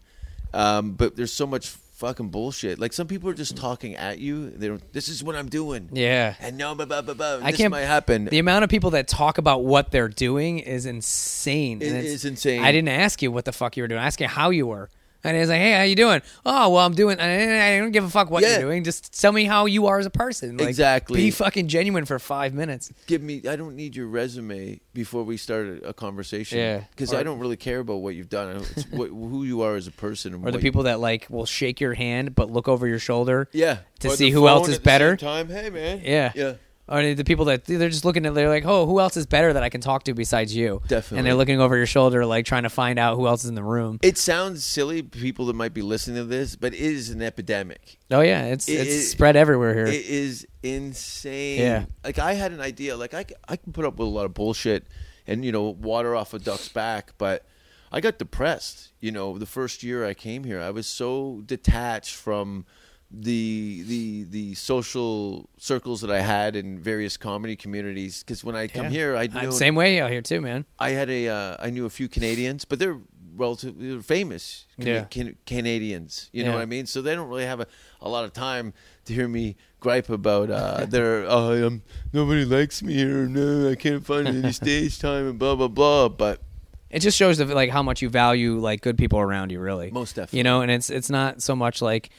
D: Um, but there's so much fucking bullshit. Like some people are just talking at you. They're this is what I'm doing.
E: Yeah.
D: and no, blah, blah, blah, blah, and
E: I
D: this
E: can't
D: might happen.
E: The amount of people that talk about what they're doing is insane.
D: It
E: and it's-
D: is insane.
E: I didn't ask you what the fuck you were doing. I asked you how you were. And it was like, hey, how you doing? Oh, well, I'm doing. I I don't give a fuck what
D: Yeah.
E: you're doing. Just tell me how you are as a person. Like,
D: Exactly.
E: Be fucking genuine for five minutes.
D: give me i don't need your resume before we start a, a conversation
E: Yeah.
D: because
E: Or-
D: i don't really care about what you've done I don't- it's what, who you are as a person and
E: Or the
D: what
E: people that like will shake your hand but look over your shoulder.
D: you, yeah
E: To
D: Or
E: see
D: the
E: who else
D: phone
E: is
D: at the
E: better.
D: same time hey man
E: Yeah.
D: yeah
E: Or the people that they're just looking at, they're like, oh, who else is better that I can talk to besides you?
D: Definitely.
E: And they're looking over your shoulder, like trying to find out who else is in the room.
D: it sounds silly people that might be listening to this but it is an epidemic
E: oh, yeah. It's,
D: It-
E: it's
D: it-
E: spread everywhere here.
D: It is insane.
E: Yeah.
D: Like I had an idea. Like I, c- I can put up with a lot of bullshit and you know water off a duck's back, but I got depressed. You know, the first year I came here, I was so detached from the the the social circles that I had in various comedy communities. Because when I come
E: Yeah.
D: here, I
E: I'm
D: knew-
E: same way out here too, man.
D: I had a uh, I knew a few Canadians, but they're relatively they're famous Can-
E: Yeah.
D: Can- Canadians. You know
E: Yeah.
D: what I mean? So they don't really have a, a lot of time to hear me gripe about uh, their oh, um, nobody likes me here. No, I can't find any stage time and blah blah blah. But
E: It just shows the, like how much you value like good people around you, really.
D: Most definitely.
E: You know, and it's it's not so much like,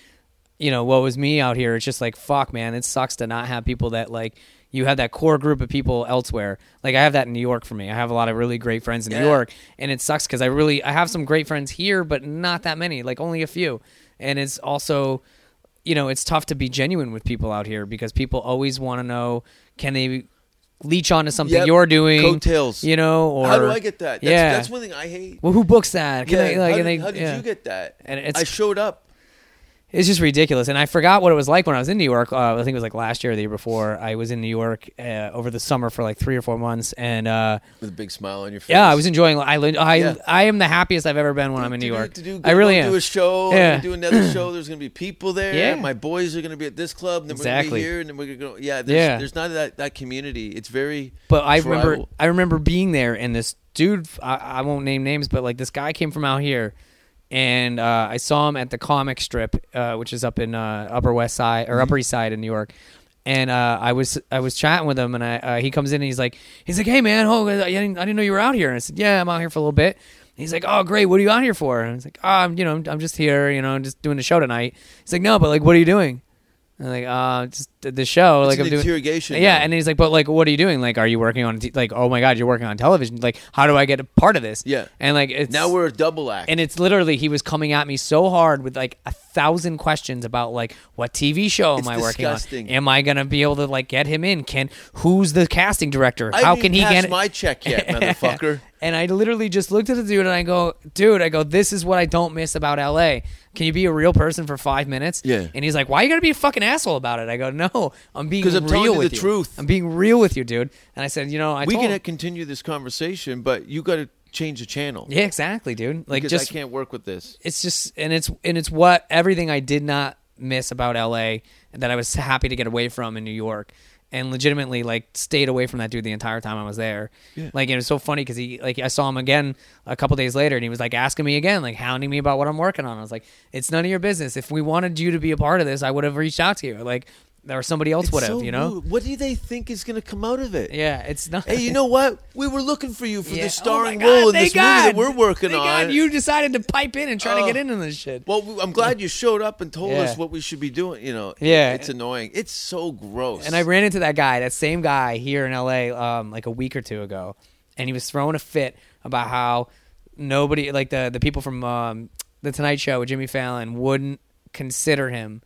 E: you know, what was me out here. It's just like fuck, man. It sucks to not have people that like you have that core group of people elsewhere. Like I have that in New York for me. I have a lot of really great friends in New
D: Yeah.
E: York, and it sucks because I really I have some great friends here, but not that many. Like only a few, and it's also you know, it's tough to be genuine with people out here because people always want to know can they leech onto something
D: Yep.
E: you're doing,
D: Coattails.
E: you know, or
D: how do I get that? That's,
E: yeah,
D: that's one thing I hate.
E: Well, who books that? Can
D: yeah,
E: they, like,
D: how did,
E: and they,
D: how did
E: yeah.
D: you get that?
E: And it's-
D: I showed up.
E: It's just ridiculous. And I forgot what it was like when I was in New York. Uh, I think it was like last year or the year before. I was in New York uh, over the summer for like three or four months. And uh,
D: with a big smile on your face.
E: yeah, I was enjoying. I li- I,
D: Yeah.
E: I am the happiest I've ever been when I'm in New
D: Do-
E: York.
D: to do-
E: I really
D: go
E: am.
D: Do a show.
E: Yeah.
D: Yeah. Do another show. There's gonna be people there.
E: Yeah.
D: My boys are gonna be at this club. And then We're gonna
E: Exactly.
D: be here, and then we're gonna go. Yeah. There's,
E: Yeah.
D: There's not that that community. It's very.
E: But I remember,
D: tribal.
E: I remember being there, and this dude, I, I won't name names, but like this guy came from out here, and uh, I saw him at the comic strip, uh, which is up in uh, Upper West Side or Upper East Side in New York. And uh, I was I was chatting with him, and I uh, he comes in and he's like he's like, hey man, oh, I didn't, I didn't know you were out here. And I said, yeah, I'm out here for a little bit. And he's like, oh great, what are you out here for? And I was like, oh, I'm you know I'm just here, you know, I'm just doing the show tonight. He's like, no, but like, what are you doing? And I'm like, uh, just the- the show. like
D: an
E: I'm doing
D: interrogation
E: Yeah,
D: now.
E: and and he's like, "But like, what are you doing? Like, are you working on t- like? Oh my god, you're working on television. Like, how do I get a part of this?
D: Yeah.
E: And like, it's
D: Now we're a double act.
E: and it's literally he was coming at me so hard with like a thousand questions about like what TV show am
D: It's
E: I
D: disgusting.
E: working on? Am I gonna be able to like get him in? Can who's the casting director?
D: I
E: how
D: haven't
E: can he
D: even
E: get
D: passed my check yet, motherfucker?
E: And I literally just looked at the dude and I go, dude, I go, this is what I don't miss about LA. Can you be a real person for five minutes?
D: Yeah.
E: And he's like, why you gotta be a fucking asshole about it? I go, no, I'm being
D: 'Cause I'm
E: real
D: telling you
E: with
D: the truth.
E: I'm being real with you, dude. And I said, you know, I
D: we
E: told
D: can
E: him-
D: continue this conversation, but you got to change the channel.
E: yeah, exactly, dude. Like
D: because
E: just
D: I can't work with this.
E: it's just and it's and it's what everything I did not miss about LA that I was happy to get away from in New York and legitimately like stayed away from that dude the entire time I was there. Like it was so funny cuz he like I saw him again a couple days later and he was like asking me again like hounding me about what I'm working on. I was like it's none of your business. If we wanted you to be a part of this, I would have reached out to you. Like or somebody else
D: It's
E: would have,
D: so
E: you know.
D: rude. What do they think is going to come out of it?
E: Yeah, it's not
D: Hey, you know what? We were looking for you for
E: Yeah.
D: the
E: Oh
D: starring
E: my
D: role
E: God,
D: in this
E: thank God.
D: movie that we're working
E: Thank
D: on.
E: God you decided to pipe in and try
D: Oh.
E: to get into this shit.
D: Well, we- I'm glad you showed up and told
E: Yeah.
D: us what we should be doing. You know,
E: Yeah.
D: it's annoying. It's so gross.
E: And I ran into that guy, that same guy here in LA, um, like a week or two ago, and he was throwing a fit about how nobody, like the the people from um, the Tonight Show with Jimmy Fallon, wouldn't consider him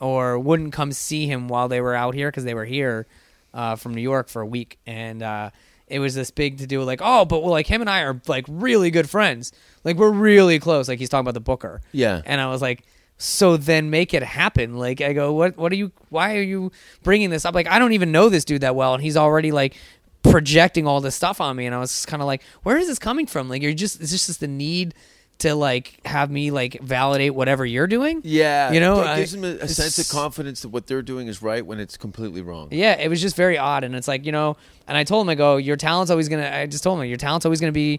E: or wouldn't come see him while they were out here because they were here uh, from New York for a week, and uh, it was this big to do like, oh, but well, like him and I are like really good friends, like we're really close. Like he's talking about the Booker,
D: Yeah.
E: and I was like, so then make it happen. Like I go, what what are you? Why are you bringing this up? Like I don't even know this dude that well, and he's already like projecting all this stuff on me, and I was kind of like, where is this coming from? Like you're just it's just the need to like have me like validate whatever you're doing.
D: yeah,
E: you know,
D: it gives
E: I-
D: them a, a
E: it's-
D: sense of confidence that what they're doing is right when it's completely wrong.
E: yeah, it was just very odd, and it's like you know, and I told him I go, your talent's always gonna. I just told him your talent's always gonna be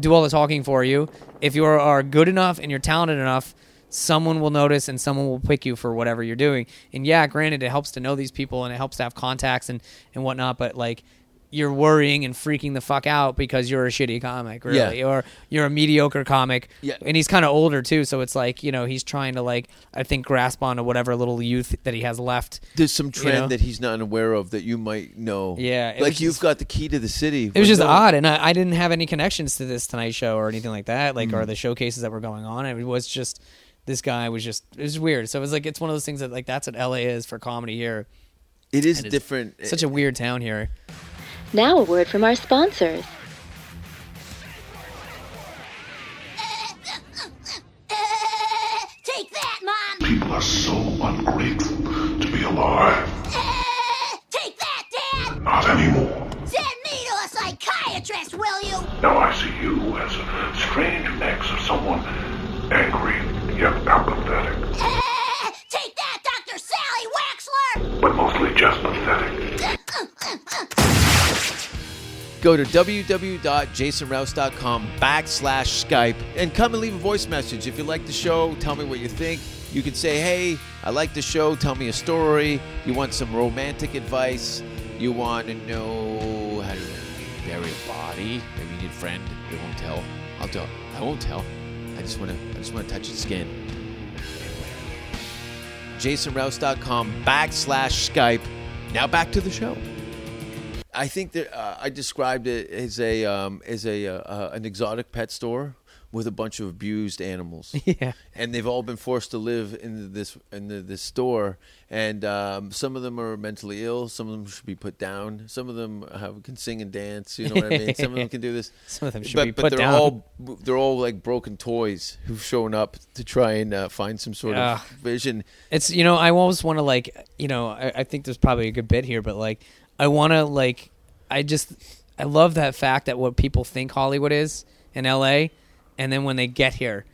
E: do all the talking for you. If you are, are good enough and you're talented enough, someone will notice and someone will pick you for whatever you're doing. And yeah, granted, it helps to know these people and it helps to have contacts and and whatnot, but like. You're worrying and freaking the fuck out because you're a shitty comic, really,
D: Yeah.
E: or you're a mediocre comic.
D: Yeah.
E: And he's kind of older too, so it's like you know he's trying to like I think grasp onto whatever little youth that he has left.
D: There's some trend
E: know?
D: that he's not aware of that you might know.
E: Yeah, it
D: like
E: was
D: you've
E: just-
D: got the key to the city.
E: It was just
D: Like,
E: odd, and I, I didn't have any connections to this Tonight Show or anything like that, like
D: Mm.
E: or the showcases that were going on. It was just this guy was just it was weird. So it was like it's one of those things that like that's what LA is for comedy here.
D: It is
E: it's
D: different.
E: Such a weird town here.
F: Now a word from our sponsors.
G: Take that, Mom!
H: People are so ungrateful to be alive.
G: Take that, Dad!
H: Not anymore.
G: Send me to a psychiatrist, will you?
H: Now I see you as a strange mix of someone angry yet apathetic,
G: Take that, Dr. Sally Waxler!
H: but mostly just pathetic.
D: Go to www.jasonrouse.com backslash Skype and come and leave a voice message. If you like the show, tell me what you think. You can say, hey, I like the show. Tell me a story. You want some romantic advice. You want to know how to bury a body. Maybe you need a friend. They won't tell. I'll tell. I won't tell. I just want to. I just want to touch its skin. JasonRouse.com backslash Skype. Now back to the show. I think that uh, I described it as a um, as a uh, uh, an exotic pet store with a bunch of abused animals.
E: Yeah.
D: And they've all been forced to live in this in the, this store, and um, some of them are mentally ill. Some of them should be put down. Some of them have, can sing and dance. You know what I mean? Some of them can do this.
E: Some of them should
D: but,
E: be
D: but
E: put
D: they're
E: down.
D: all they're all like broken toys who've shown up to try and uh, find some sort
E: Ugh.
D: of vision.
E: It's you know I always want to like you know I, I think there's probably a good bit here, but like I want to like I just I love that fact that what people think Hollywood is in L.A. and then when they get here,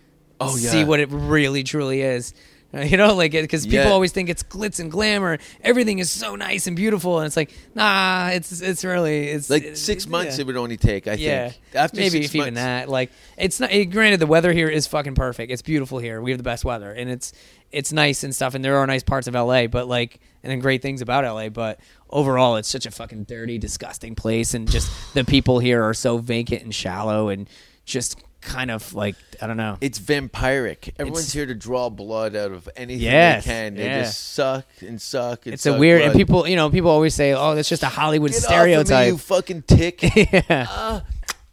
D: Oh,
E: see
D: yeah.
E: what it really truly is. Uh, You know, like because people
D: Yeah.
E: always think it's glitz and glamour, everything is so nice and beautiful, and it's like nah, it's it's really it's
D: Like six months
E: yeah.
D: it would only take. I
E: Yeah,
D: think after
E: maybe
D: six
E: if even
D: months-
E: that. Like it's not. eh, granted, the weather here is fucking perfect. It's beautiful here. We have the best weather, and it's it's nice and stuff. And there are nice parts of LA, but like and then great things about LA. But overall, it's such a fucking dirty, disgusting place, and just the people here are so vacant and shallow, and just kind of like I don't know.
D: It's vampiric. Everyone's
E: It's-
D: here to draw blood out of anything
E: Yes,
D: they can. They
E: yeah.
D: just suck and suck. And
E: it's a
D: suck
E: weird, and
D: blood.
E: people you know people always say, oh, that's just a Hollywood
D: Get off of me,
E: stereotype.
D: you fucking tick.
E: yeah.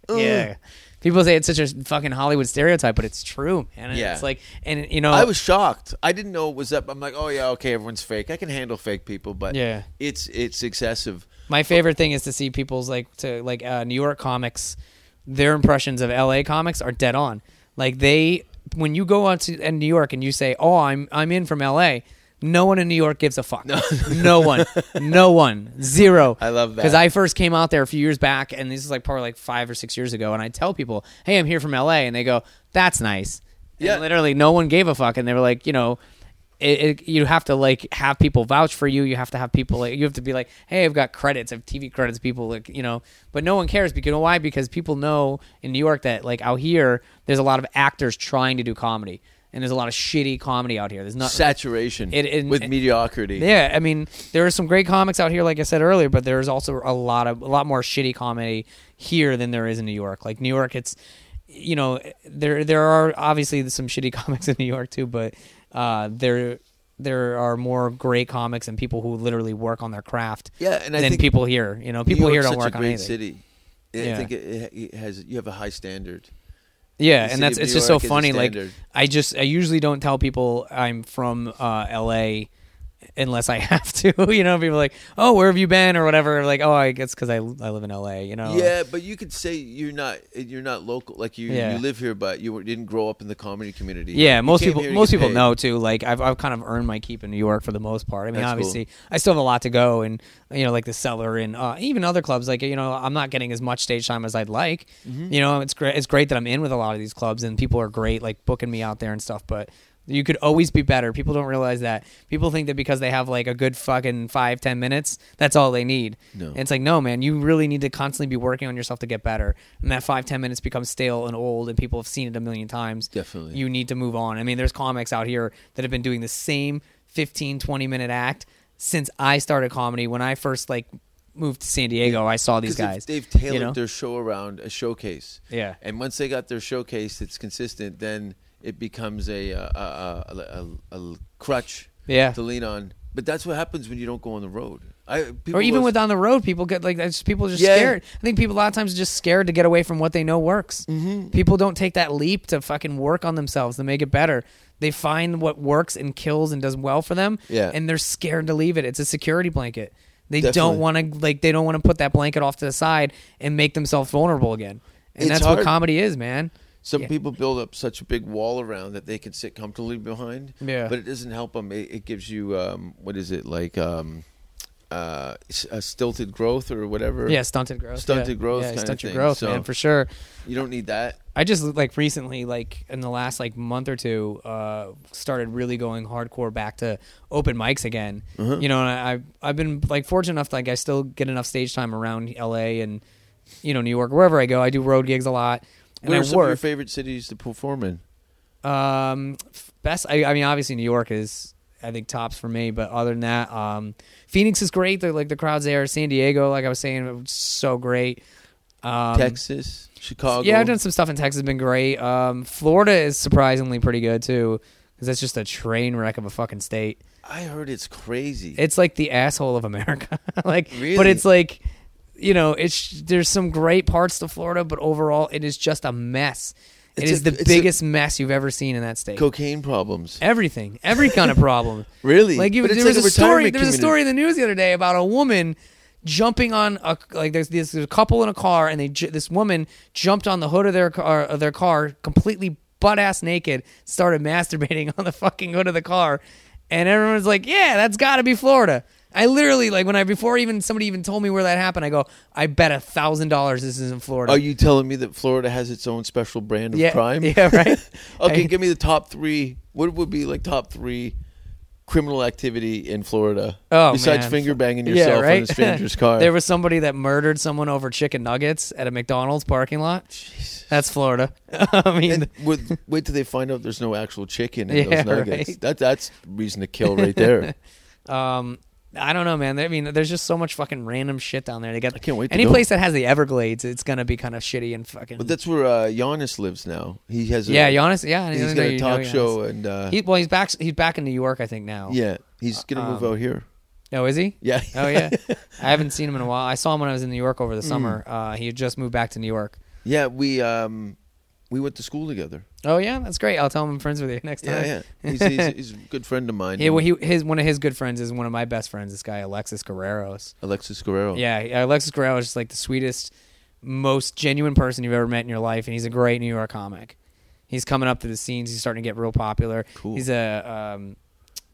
E: yeah. People say it's such a fucking Hollywood stereotype, but it's true, man. And
D: Yeah.
E: It's like, and you know,
D: I was shocked. I didn't know it was up. I'm like, oh yeah, okay, everyone's fake. I can handle fake people, but
E: Yeah.
D: it's it's excessive.
E: My favorite thing is to see people's like to like uh, New York comics, their impressions of L.A. comics are dead on. Like they, when you go out to in New York and you say, "Oh, I'm I'm in from L.A." No one in New York gives a fuck. No, one, no one, zero.
D: I love that.
E: because I first came out there a few years back, and this is like probably like five or six years ago. And I tell people, "Hey, I'm here from L.A.," and they go, "That's nice." And
D: Yeah.
E: literally, no one gave a fuck, and they were like, you know, it, it, you have to like have people vouch for you. You have to have people like you have to be like, hey, I've got credits, I've TV credits. People like you know, but no one cares because you know why? Because people know in New York that like out here, there's a lot of actors trying to do comedy, and there's a lot of shitty comedy out here. There's not
D: Saturation
E: It- it-
D: with
E: it-
D: mediocrity.
E: yeah, I mean, there are some great comics out here, like I said earlier, but there's also a lot of a lot more shitty comedy here than there is in New York. Like New York, it's you know there there are obviously some shitty comics in New York too, but uh, there there are more great comics and people who literally work on their craft.
D: Yeah, and I
E: than
D: think
E: people here. You know,
D: New
E: people here
D: York's
E: don't
D: such
E: work
D: a
E: on
D: great
E: anything.
D: city. I
E: Yeah.
D: think it, it has. You have a high standard.
E: Yeah,
D: The
E: and
D: city
E: that's
D: of
E: it's
D: New
E: just
D: York
E: so
D: is a
E: funny. Like
D: standard.
E: I just I usually don't tell people I'm from uh, L.A. unless I have to. you know, people are like, oh, where have you been or whatever. Like, oh, I guess because I I live in L.A. You know.
D: Yeah, but you could say you're not you're not local. Like you,
E: Yeah.
D: you live here, but you didn't grow up in the comedy community.
E: Yeah,
D: You
E: most
D: came
E: people
D: here to
E: most
D: get
E: people
D: paid.
E: know too. Like I've I've kind of earned my keep in New York for the most part. I mean,
D: That's cool.
E: obviously, I still have a lot to go, and you know, like the cellar and uh, even other clubs. Like you know, I'm not getting as much stage time as I'd like.
D: Mm-hmm.
E: You know, it's great. It's great that I'm in with a lot of these clubs, and people are great, like booking me out there and stuff. But you could always be better. People don't realize that. People think that because they have like a good fucking five ten minutes, that's all they need.
D: No.
E: And it's like no, man. You really need to constantly be working on yourself to get better. And that five ten minutes becomes stale and old, and people have seen it a million times
D: Definitely.
E: you need to move on. I mean, there's comics out here that have been doing the same 15, 20 minute act since I started comedy. When I first like moved to San Diego, I saw these
D: 'Cause they've-
E: guys.
D: They've tailored
E: you know?
D: their show around a showcase.
E: Yeah.
D: And once they got their showcase that's consistent, then it becomes a uh, a, a, a, a crutch.
E: Yeah.
D: To lean on, but that's what happens when you don't go on the road. I people
E: or even
D: go-
E: with on the road, people get like that's people are just
D: Yeah.
E: scared. I think people a lot of times are just scared to get away from what they know works. Mm-hmm. People don't take that leap to fucking work on themselves to make it better. They find what works and kills and does well for them,
D: Yeah.
E: and they're scared to leave it. It's a security blanket. They
D: Definitely.
E: don't want to like they don't want to put that blanket off to the side and make themselves vulnerable again. And
D: It's
E: that's what
D: hard.
E: comedy is, man.
D: Some
E: Yeah.
D: people build up such a big wall around that they can sit comfortably behind.
E: Yeah.
D: But it doesn't help them. It, it gives you um, what is it like um, uh, s- a stilted growth or whatever.
E: Yeah, stunted growth.
D: Stunted
E: yeah.
D: growth
E: Yeah,
D: kinda
E: stunted
D: thing.
E: growth,
D: So-
E: man, for sure.
D: You don't need that.
E: I just like recently, like in the last like month or two, uh, started really going hardcore back to open mics again.
D: Uh-huh.
E: You know, and I I've- I've been like fortunate enough, like I still get enough stage time around L.A. and you know New York, wherever I go. I do road gigs a lot, and
D: What are
E: I
D: some of your
E: work.
D: favorite cities to perform in?
E: Um, f- best. I, I mean, obviously New York is I think tops for me, but other than that, um, Phoenix is great. They're, like the crowds there. San Diego, like I was saying, it was so great. Um,
D: Texas, Chicago.
E: Yeah, I've done some stuff in Texas. Been great. Um, Florida is surprisingly pretty good too, because that's just a train wreck of a fucking state.
D: I heard it's crazy.
E: It's like the asshole of America. like, but
D: Really?
E: it's like, you know, it's there's some great parts to Florida, but overall, it is just a mess. It's
D: It's a-
E: the
D: it's a-
E: biggest mess you've ever seen in that state.
D: cocaine problems.
E: Everything, every kind of problem.
D: Really?
E: Like you,
D: But
E: there
D: it's
E: was
D: like a
E: a story.
D: retirement
E: There was a
D: community.
E: story in the news the other day about a woman jumping on a like there's this there's a couple in a car and they ju- this woman jumped on the hood of their car of their car completely butt ass naked started masturbating on the fucking hood of the car and everyone's like yeah that's got to be Florida I literally like when I before even somebody even told me where that happened I go I bet a thousand dollars this is in Florida
D: Are you telling me that Florida has its own special brand of
E: yeah
D: crime?
E: yeah right
D: Okay,
E: I-
D: give me the top three. What would be like top three criminal activity in Florida?
E: Oh,
D: besides
E: man.
D: finger banging
E: Yeah,
D: yourself in
E: right?
D: a stranger's car.
E: there was somebody that murdered someone over chicken nuggets at a McDonald's parking lot. That's Florida. I mean,
D: And would, wait till they find out there's no actual chicken in
E: Yeah,
D: those nuggets.
E: right.
D: That that's reason to kill right there.
E: um, I don't know, man. I mean, there's just so much fucking random shit down there. They got I
D: can't wait to
E: Any
D: go.
E: place that has the Everglades, it's gonna be kind of shitty and fucking.
D: but that's where uh, Giannis lives now. He has a,
E: yeah, Giannis. Yeah,
D: He's
E: I
D: got
E: know
D: a
E: you know
D: talk
E: Giannis.
D: show and uh,
E: He, well, he's back. He's back in New York, I think now.
D: yeah, he's gonna move out here.
E: Oh, is he?
D: Yeah.
E: Oh, yeah. I haven't seen him in a while. I saw him when I was in New York
D: Hmm.
E: over the summer. Uh, he had just moved back to New York.
D: Yeah, we um we went to school together.
E: Oh yeah, that's great. I'll tell him I'm friends with you next time.
D: Yeah, yeah. He's, he's, he's a good friend of mine.
E: Yeah, well, he his one of his good friends is one of my best friends. This guy Alexis Guerrero's.
D: Alexis Guerrero.
E: Yeah, Alexis Guerrero is just like the sweetest, most genuine person you've ever met in your life, and he's a great New York comic. He's coming up to the scenes. He's starting to get real popular.
D: Cool.
E: He's a um,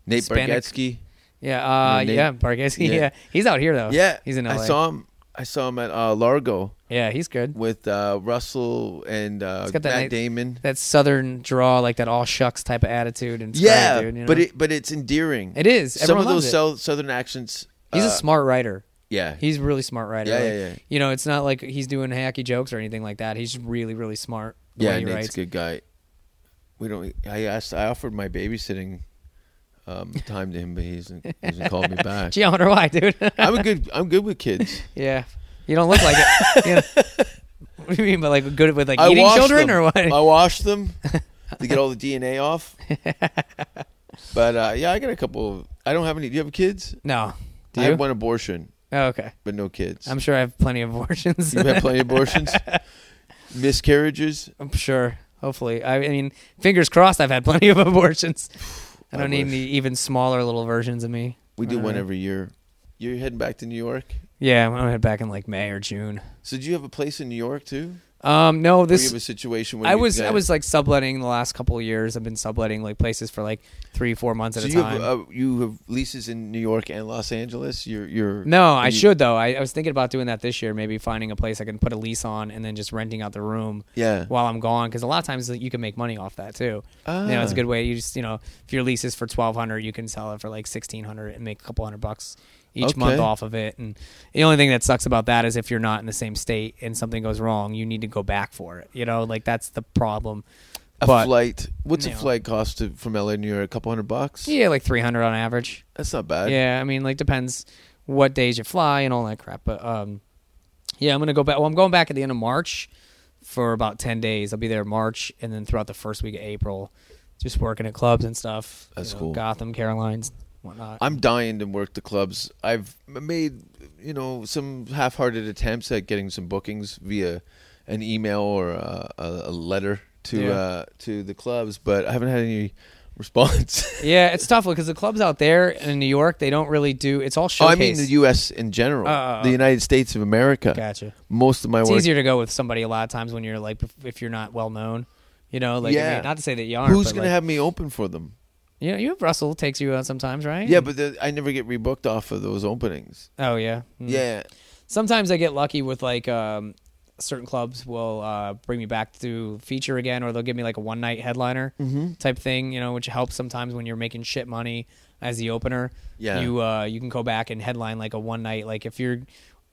D: Nate
E: Hispanic-
D: Bargatze.
E: yeah, uh,
D: No, Nate-
E: yeah, Barquez. Yeah.
D: Yeah.
E: he's out here though.
D: Yeah,
E: he's in LA.
D: I saw him. I saw him at uh, Largo
E: Yeah, he's good.
D: with uh, Russell and uh,
E: He's
D: Matt
E: got that nice-
D: Damon.
E: That southern draw, like that all shucks type of attitude, and it's great,
D: yeah,
E: dude, you know?
D: but it, but it's endearing.
E: It is.
D: Some of
E: Everyone
D: those
E: loves it.
D: sou- southern accents.
E: he's
D: uh,
E: a smart writer.
D: yeah.
E: He's a really smart writer.
D: Yeah,
E: Like,
D: yeah, yeah.
E: You know, it's not like he's doing hacky jokes or anything like that. He's really, really smart. The
D: yeah.
E: way he
D: Nate's
E: writes.
D: a good guy. We don't. I asked. I offered my babysitting um, time to him, but he hasn't, he hasn't called me back.
E: Gee, I wonder why, dude.
D: I'm a good. I'm good with kids.
E: yeah, you don't look like it. You know? what do you mean? But like good with like
D: I
E: eating
D: wash
E: children
D: them.
E: or what?
D: I wash them to get all the DNA off. but uh, yeah, I got a couple. Of, I don't have any. Do you have kids?
E: no. Do
D: I
E: you?
D: had one abortion,
E: Oh, okay.
D: but no kids.
E: I'm sure I have plenty of abortions.
D: you had plenty of abortions, miscarriages.
E: I'm sure. Hopefully, I, I mean, fingers crossed. I've had plenty of abortions. I don't need
D: wish.
E: any even smaller little versions of me.
D: We do one every year. You're heading back to New York.
E: Yeah, I'm gonna head back in like May or June.
D: So do you have a place in New York too?
E: Um, no,
D: Or you
E: this
D: have a situation where
E: I
D: you-
E: was
D: yeah.
E: I was like subletting the last couple of years. I've been subletting like places for like three four months at
D: So
E: a
D: you
E: time.
D: have uh, you have leases in New York and Los Angeles. You're you're
E: no, I
D: you-
E: should though. I, I was thinking about doing that this year. Maybe finding a place I can put a lease on and then just renting out the room.
D: Yeah.
E: While I'm gone, because a lot of times you can make money off that too. You know, it's a
D: Ah.
E: good way. You just you know, if your lease is for twelve hundred, you can sell it for like sixteen hundred and make a couple hundred bucks each month
D: Okay.
E: off of it. And the only thing that sucks about that is if you're not in the same state and something goes wrong, you need to go back for it. You know, like that's the problem.
D: a
E: but
D: flight. What's
E: you
D: a
E: know.
D: flight cost to, from LA to New York? A couple hundred bucks.
E: yeah, like three hundred on average.
D: that's not bad.
E: Yeah, I mean, like depends what days you fly and all that crap. But um, yeah, I'm gonna go back. Well, I'm going back at the end of March for about ten days. I'll be there March and then throughout the first week of April, just working at clubs and stuff.
D: That's
E: you know,
D: cool.
E: Gotham, Carolines, whatnot.
D: I'm dying to work the clubs. I've m- made, you know, some half-hearted attempts at getting some bookings via an email or a, a, a letter to
E: Yeah.
D: uh, to the clubs, but I haven't had any response.
E: yeah, it's tough because the clubs out there in New York, they don't really do. It's all
D: oh,
E: showcase.
D: I mean the U.S. in general,
E: Oh, oh,
D: the
E: oh.
D: United States of America.
E: Gotcha.
D: Most of my
E: It's
D: work.
E: easier to go with somebody a lot of times when you're like if- if you're not well known. You know, like I
D: Yeah.
E: mean, not to say that you aren't.
D: Who's
E: but,
D: gonna
E: like,
D: have me open for them?
E: You know, you have Russell takes you out sometimes, right?
D: Yeah, but the, I never get rebooked off of those openings.
E: oh yeah, Mm.
D: Yeah,
E: sometimes I get lucky with like um, certain clubs will uh, bring me back to feature again, or they'll give me like a one night headliner
D: Mm-hmm.
E: type thing, you know, which helps sometimes when you're making shit money as the opener.
D: Yeah.
E: you uh, you can go back and headline like a one night, like if you're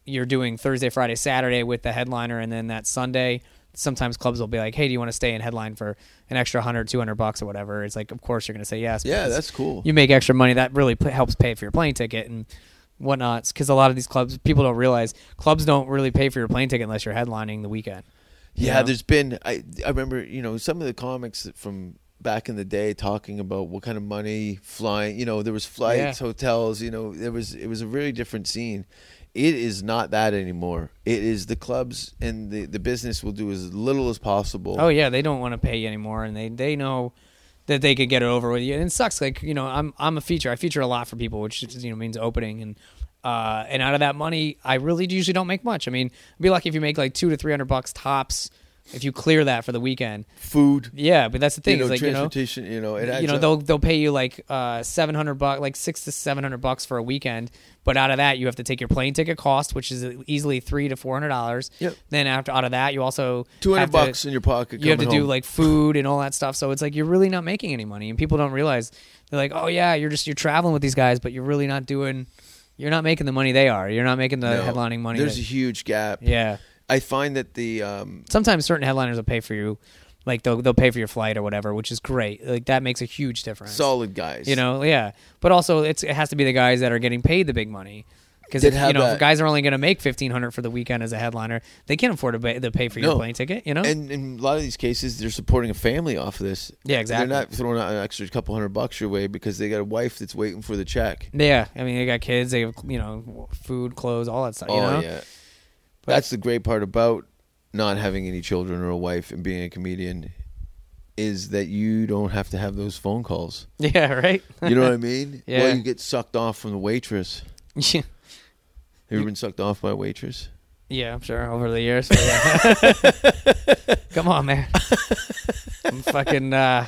E: you're doing Thursday, Friday, Saturday with the headliner, and then that Sunday. Sometimes clubs will be like, "Hey, do you want to stay in headline for an extra 100, 200 bucks or whatever?" It's like, of course you're going to say yes.
D: yeah,
E: because
D: that's cool.
E: you make extra money that really p- helps pay for your plane ticket and whatnot because a lot of these clubs people don't realize clubs don't really pay for your plane ticket unless you're headlining the weekend
D: Yeah,
E: know?
D: there's been I I remember, you know, some of the comics from back in the day talking about what kind of money flying, you know, there was flights,
E: Yeah.
D: hotels, you know, there was it was a really different scene. It is not that anymore. It is the clubs and the, the business will do as little as possible.
E: Oh yeah, they don't want to pay you anymore, and they they know that they could get it over with you. And it sucks. Like you know, I'm I'm a feature. I feature a lot for people, which is, you know means opening and. Uh, and out of that money, I really usually don't make much. I mean, I'd be lucky if you make like two to three hundred bucks tops, if you clear that for the weekend.
D: Food,
E: Yeah, but that's the thing.
D: you know,
E: is like you know,
D: transportation, you know, it adds
E: you know
D: up.
E: they'll they'll pay you like uh, seven hundred bucks, like six to seven hundred bucks for a weekend. But out of that, you have to take your plane ticket cost, which is easily three to four hundred dollars.
D: Yep.
E: Then after out of that, you also
D: two hundred
E: have to-
D: bucks in your pocket.
E: You have to
D: coming
E: do
D: home.
E: like food and all that stuff. So it's like you're really not making any money, and people don't realize they're like, oh yeah, you're just you're traveling with these guys, but you're really not doing. You're not making the money they are. You're not making the
D: No,
E: headlining money.
D: There's
E: that-
D: a huge gap.
E: yeah.
D: I find that the um,
E: Sometimes certain headliners will pay for you, like they'll they'll pay for your flight or whatever, which is great. Like that makes a huge difference.
D: solid guys,
E: You know, yeah. But also, it's it has to be the guys that are getting paid the big money. Because
D: That
E: if you
D: have
E: know, if
D: that-
E: guys are only going to make fifteen hundred for the weekend as a headliner, they can't afford to pay, to pay for your
D: No.
E: plane ticket. You know,
D: and in a lot of these cases, they're supporting a family off of this.
E: Yeah, exactly.
D: They're not throwing out an extra couple hundred bucks your way because they got a wife that's waiting for the check.
E: yeah. I mean, they got kids. They have you know, food, clothes, all that stuff.
D: Oh
E: you know,
D: yeah, that's the great part about not having any children or a wife and being a comedian is that you don't have to have those phone calls.
E: yeah, right.
D: You know what I mean?
E: Yeah.
D: Well, you get sucked off from the waitress.
E: yeah.
D: Have you ever been sucked off by a waitress?
E: Yeah, I'm sure over the years. But yeah. Come on, man. I'm fucking. Uh,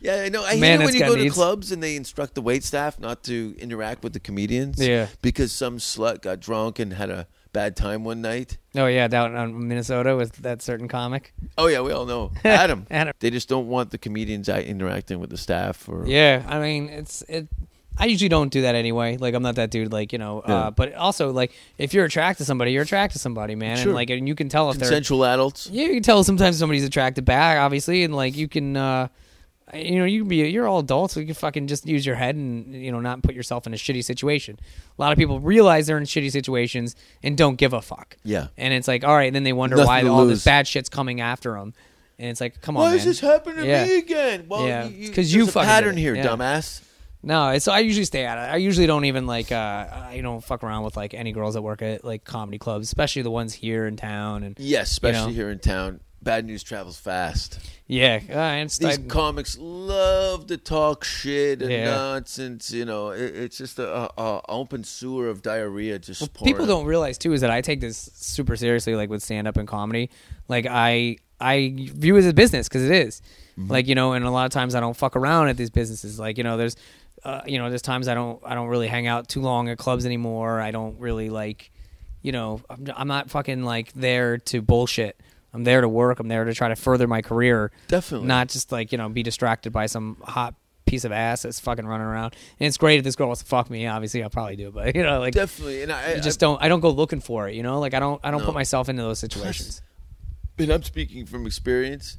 D: Yeah, I know. I
E: Man,
D: hate it
E: it's
D: when you
E: got
D: go
E: needs.
D: to clubs and they instruct the wait staff not to interact with the comedians.
E: Yeah.
D: Because some slut got drunk and had a bad time one night.
E: oh yeah, down in Minnesota with that certain comic.
D: Oh yeah, we all know Adam.
E: Adam.
D: They just don't want the comedians out interacting with the staff. Or
E: Yeah, I mean, it's it. I usually don't do that anyway. Like I'm not that dude. Like you know, uh,
D: Yeah.
E: but also like if you're attracted to somebody, you're attracted to somebody, man.
D: Sure.
E: And like and you can tell if they're
D: consensual adults.
E: yeah, you can tell sometimes somebody's attracted back, obviously, and like you can. uh you know, you can be you're all adults. So you can fucking just use your head and you know not put yourself in a shitty situation. A lot of people realize they're in shitty situations and don't give a fuck.
D: Yeah.
E: and it's like all right, and then they wonder
D: Nothing
E: why
D: to
E: all this
D: lose.
E: bad shit's coming after them. And it's like, come on,
D: Why is
E: man.
D: this happening to
E: Yeah.
D: me again? Well,
E: Yeah.
D: you,
E: It's 'cause you
D: there's a
E: fucking did
D: pattern
E: it.
D: here,
E: Yeah.
D: dumbass.
E: No, it's, so I usually stay out of it. I usually don't even like uh I don't fuck around with like any girls that work at like comedy clubs, especially the ones here in town and
D: Yes, especially
E: You know.
D: here in town. Bad news travels fast.
E: yeah, uh, and it's
D: These
E: like-
D: comics love to talk shit and
E: Yeah.
D: nonsense. You know, it, it's just a, a, a open sewer of diarrhea just pouring.
E: people don't realize too is that I take this super seriously like with stand up and comedy. Like I I view it as a business cuz it is. Like you know, and a lot of times I don't fuck around at these businesses. Like you know, there's uh, you know, there's times I don't I don't really hang out too long at clubs anymore. I don't really like you know, I'm, I'm not fucking like there to bullshit. I'm there to work. I'm there to try to further my career.
D: Definitely.
E: Not just like, you know, be distracted by some hot piece of ass that's fucking running around. And it's great if this girl wants to fuck me, obviously I'll probably do it, but you know, like
D: definitely. And I,
E: I
D: I
E: just don't I don't go looking for it, you know? Like I don't I don't put myself into those situations.
D: And I'm speaking from experience.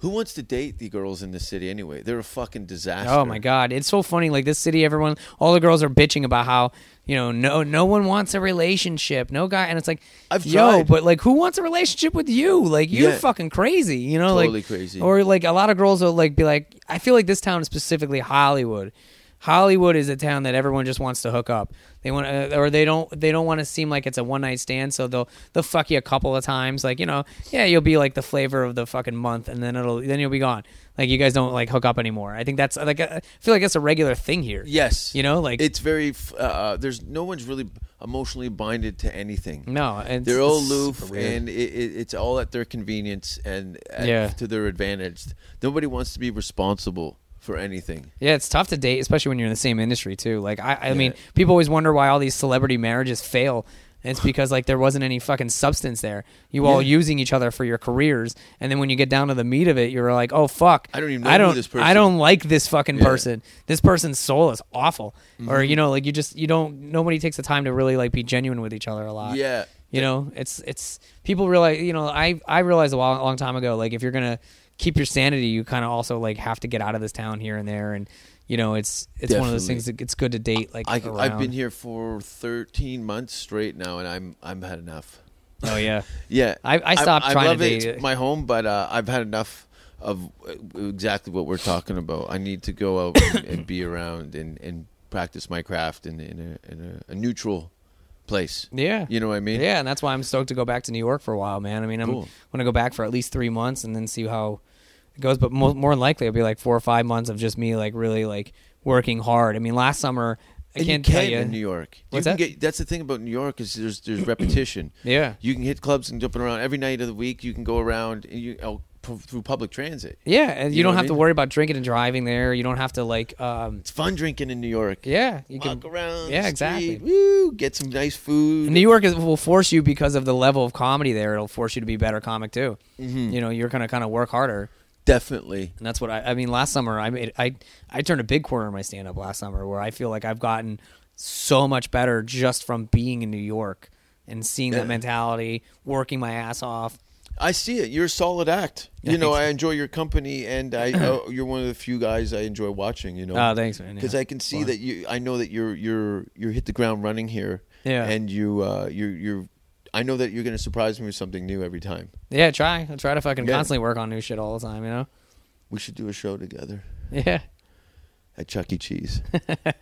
D: Who wants to date the girls in the city anyway? They're a fucking disaster.
E: Oh my god, it's so funny like this city everyone all the girls are bitching about how, you know, no no one wants a relationship. No guy and it's like
D: I've
E: yo,
D: tried.
E: but like who wants a relationship with you? Like you're
D: Yeah.
E: fucking crazy, you know,
D: Totally
E: like
D: crazy.
E: Or like a lot of girls will like be like I feel like this town specifically Hollywood. Hollywood is a town that everyone just wants to hook up. They want, uh, or they don't. They don't want to seem like it's a one night stand. So they'll they'll fuck you a couple of times. Like you know, yeah, you'll be like the flavor of the fucking month, and then it'll then you'll be gone. Like you guys don't like hook up anymore. I think that's like uh, I feel like that's a regular thing here.
D: Yes.
E: you know, like
D: It's very. f- Uh, there's no one's really emotionally binded to anything.
E: no, and
D: They're all
E: it's
D: aloof,
E: super weird.
D: and it, it, it's all at their convenience and at,
E: Yeah.
D: to their advantage. Nobody wants to be responsible for anything.
E: Yeah, it's tough to date, especially when you're in the same industry too. Like I, I mean, people always wonder why all these celebrity marriages fail. And it's because like there wasn't any fucking substance there. You all using each other for your careers, and then when you get down to the meat of it, you're like, oh fuck,
D: I don't even know
E: I
D: who
E: don't,
D: this
E: I
D: person-
E: don't like this fucking person. This person's soul is awful, or
D: Mm-hmm.
E: you know, like you just you don't. Nobody takes the time to really like be genuine with each other a lot.
D: Yeah.
E: You know, it's it's people realize. You know, I I realized a while, long time ago. Like, if you're gonna keep your sanity, you kind of also like have to get out of this town here and there, and you know, it's it's one of those
D: Definitely.
E: things that it's good to date. Like,
D: I,
E: around.
D: I've been here for 13 months straight now, and I'm I'm had enough.
E: Oh yeah,
D: Yeah,
E: I- I stopped trying to
D: love it.
E: date-
D: It's my home, but uh, I've had enough of uh, exactly what we're talking about. I need to go out and, and be around and, and practice my craft in, in, a, in a, a neutral place.
E: Yeah.
D: You know what I mean?
E: Yeah, and that's why I'm stoked to go back to New York for a while, man. I mean, I'm
D: Cool.
E: going to go back for at least three months and then see how it goes. But mo- more than likely, it'll be like four or five months of just me like really like working hard. I mean, last summer I
D: And
E: can't
D: you
E: tell
D: can
E: you
D: in New York.
E: What's
D: you can
E: that?
D: Get, that's the thing about New York is there's there's repetition.
E: Yeah.
D: you can hit clubs and jump around every night of the week. You can go around and you oh, p- through public transit.
E: Yeah, and you,
D: know
E: don't
D: what I
E: have to
D: mean?
E: worry about drinking and driving there. You don't have to like um
D: It's fun drinking in New York.
E: yeah, you
D: walk
E: can
D: around.
E: Yeah,
D: the
E: exactly.
D: street, Woo, get some nice food.
E: New York is, will force you because of the level of comedy there. It'll force you to be a better comic too.
D: Mm-hmm.
E: You know, you're gonna kind of work harder.
D: Definitely.
E: And that's what I, I mean. Last summer, I made I I turned a big corner in my stand up last summer, where I feel like I've gotten so much better just from being in New York and seeing that mentality, working my ass off.
D: I see it. You're a solid act. You know, I enjoy your company, and I uh, you're one of the few guys I enjoy watching. You know,
E: Oh, thanks, man. Yeah.
D: Because I can see that you. I know that you're you're you're hit the ground running here.
E: Yeah.
D: And you uh you you're. I know that you're going to surprise me with something new every time.
E: Yeah, try. I try to fucking
D: Yeah.
E: constantly work on new shit all the time. You know.
D: We should do a show together
E: Yeah.
D: at Chuck E. Cheese.
E: You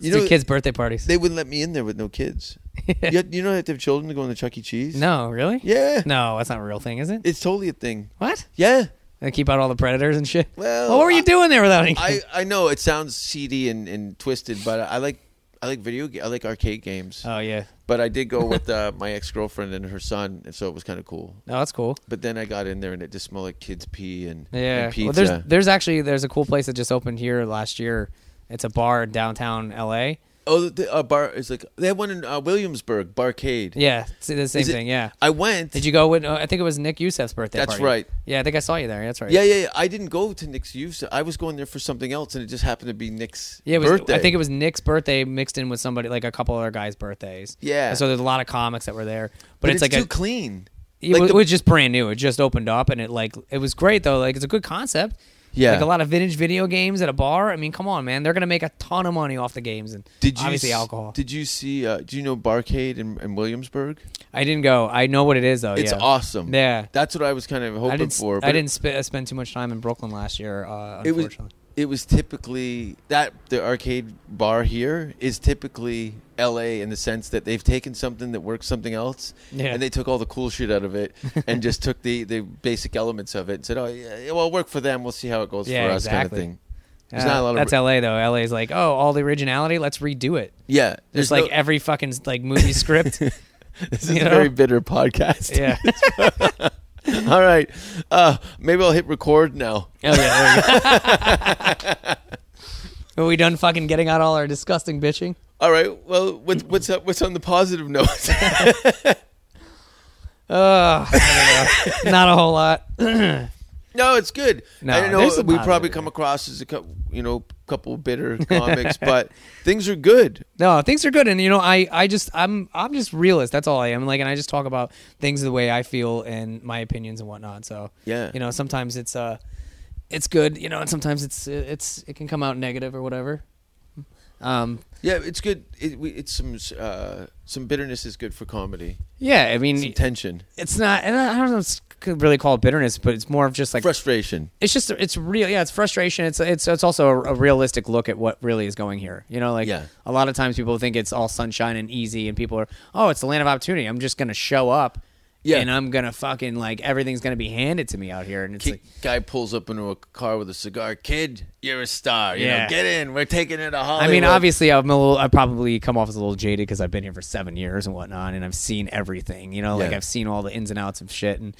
D: you
E: do
D: know,
E: kids' birthday parties.
D: they wouldn't let me in there with no kids. you, had- you don't have to have children to go in the Chuck E. Cheese.
E: no, really?
D: Yeah.
E: No, that's not a real thing, is it?
D: It's totally a thing.
E: what?
D: Yeah.
E: They keep out all the predators and shit.
D: Well,
E: what were you
D: I-
E: doing there without any?
D: I, I know it sounds seedy and, and twisted, but I like I like video ga- I like arcade games.
E: oh yeah.
D: but I did go with uh, my ex girlfriend and her son, and so it was kind of cool.
E: No, that's cool.
D: But then I got in there and it just smelled like kids pee and,
E: Yeah.
D: and pizza.
E: Well, there's there's actually there's a cool place that just opened here last year. It's a bar in downtown LA.
D: oh, the uh, bar is like they had one in uh, Williamsburg, Barcade.
E: Yeah, it's the same
D: Is it-
E: thing. Yeah.
D: I went.
E: Did you go with? Uh, I think it was Nick Youssef's birthday.
D: That's
E: party.
D: right.
E: Yeah, I think I saw you there. That's right.
D: Yeah, yeah, yeah. I didn't go to Nick's use. I was going there for something else, and it just happened to be Nick's
E: Yeah, it was,
D: birthday.
E: I think it was Nick's birthday mixed in with somebody like a couple other guys' birthdays.
D: Yeah.
E: And so there's a lot of comics that were there, but,
D: But
E: it's, like
D: too
E: a,
D: clean.
E: it,
D: Like
E: was,
D: the-
E: it was just brand new. It just opened up, and it like it was great though. Like it's a good concept.
D: Yeah.
E: Like a lot of vintage video games at a bar. I mean, come on, man. They're gonna make a ton of money off the games and
D: Did you
E: obviously
D: s-
E: alcohol.
D: Did you see? Uh, do you know Barcade in, in Williamsburg?
E: I didn't go. I know what it is though.
D: It's
E: Oh, yeah.
D: awesome.
E: Yeah.
D: that's what I was kind of hoping
E: I didn't. s-
D: for.
E: I
D: but
E: didn't sp- spend too much time in Brooklyn last year. Uh,
D: It was.
E: unfortunately.
D: It was typically that the arcade bar here is typically L.A. in the sense that they've taken something that works something else,
E: Yeah.
D: and they took all the cool shit out of it and just took the, the basic elements of it and said, "Oh, yeah, well, work for them. We'll see how it goes
E: Yeah,
D: for us,"
E: exactly.
D: kind of thing. There's
E: Uh,
D: not a lot of
E: that's LA though. LA is like, oh, all the originality. Let's redo it.
D: yeah.
E: There's
D: no-
E: like every fucking like movie script.
D: This is
E: You
D: a
E: know?
D: very bitter podcast.
E: Yeah.
D: All right. Uh, maybe I'll hit record now.
E: Oh yeah. There you go. Are we done fucking getting out all our disgusting bitching?
D: All right. Well, what's what's up? What's on the positive note?
E: Ugh, I don't know. not a whole lot.
D: no, it's good.
E: No,
D: I know
E: there's some
D: we probably
E: positive.
D: come across as a couple, you know, couple bitter comics, but things are good.
E: No, things are good, and you know, I, I just, I'm, I'm just realist. That's all I am. Like, and I just talk about things the way I feel and my opinions and whatnot. So,
D: Yeah.
E: you know, sometimes it's, uh, it's good, you know, and sometimes it's, it's, it can come out negative or whatever. Um,
D: Yeah, it's good. It, we, it's some uh, some bitterness is good for comedy.
E: yeah, I mean,
D: Some tension,
E: it's not, and I I don't know, it's could really call it bitterness, but it's more of just like
D: frustration.
E: it's just it's real yeah it's frustration it's it's it's also a, a realistic look at what really is going here you know like
D: Yeah.
E: a lot of times people think it's all sunshine and easy and people are oh it's the land of opportunity i'm just gonna show up
D: Yeah.
E: and i'm gonna fucking like everything's gonna be handed to me out here and it's
D: Ki-
E: like
D: guy pulls up into a car with a cigar. Kid, you're a star. You
E: Yeah.
D: know, get in. We're taking it to Hollywood.
E: I mean, obviously, I'm a little. I probably come off as a little jaded because I've been here for seven years and whatnot, and I've seen everything. You know, like
D: Yeah.
E: I've seen all the ins and outs of shit, and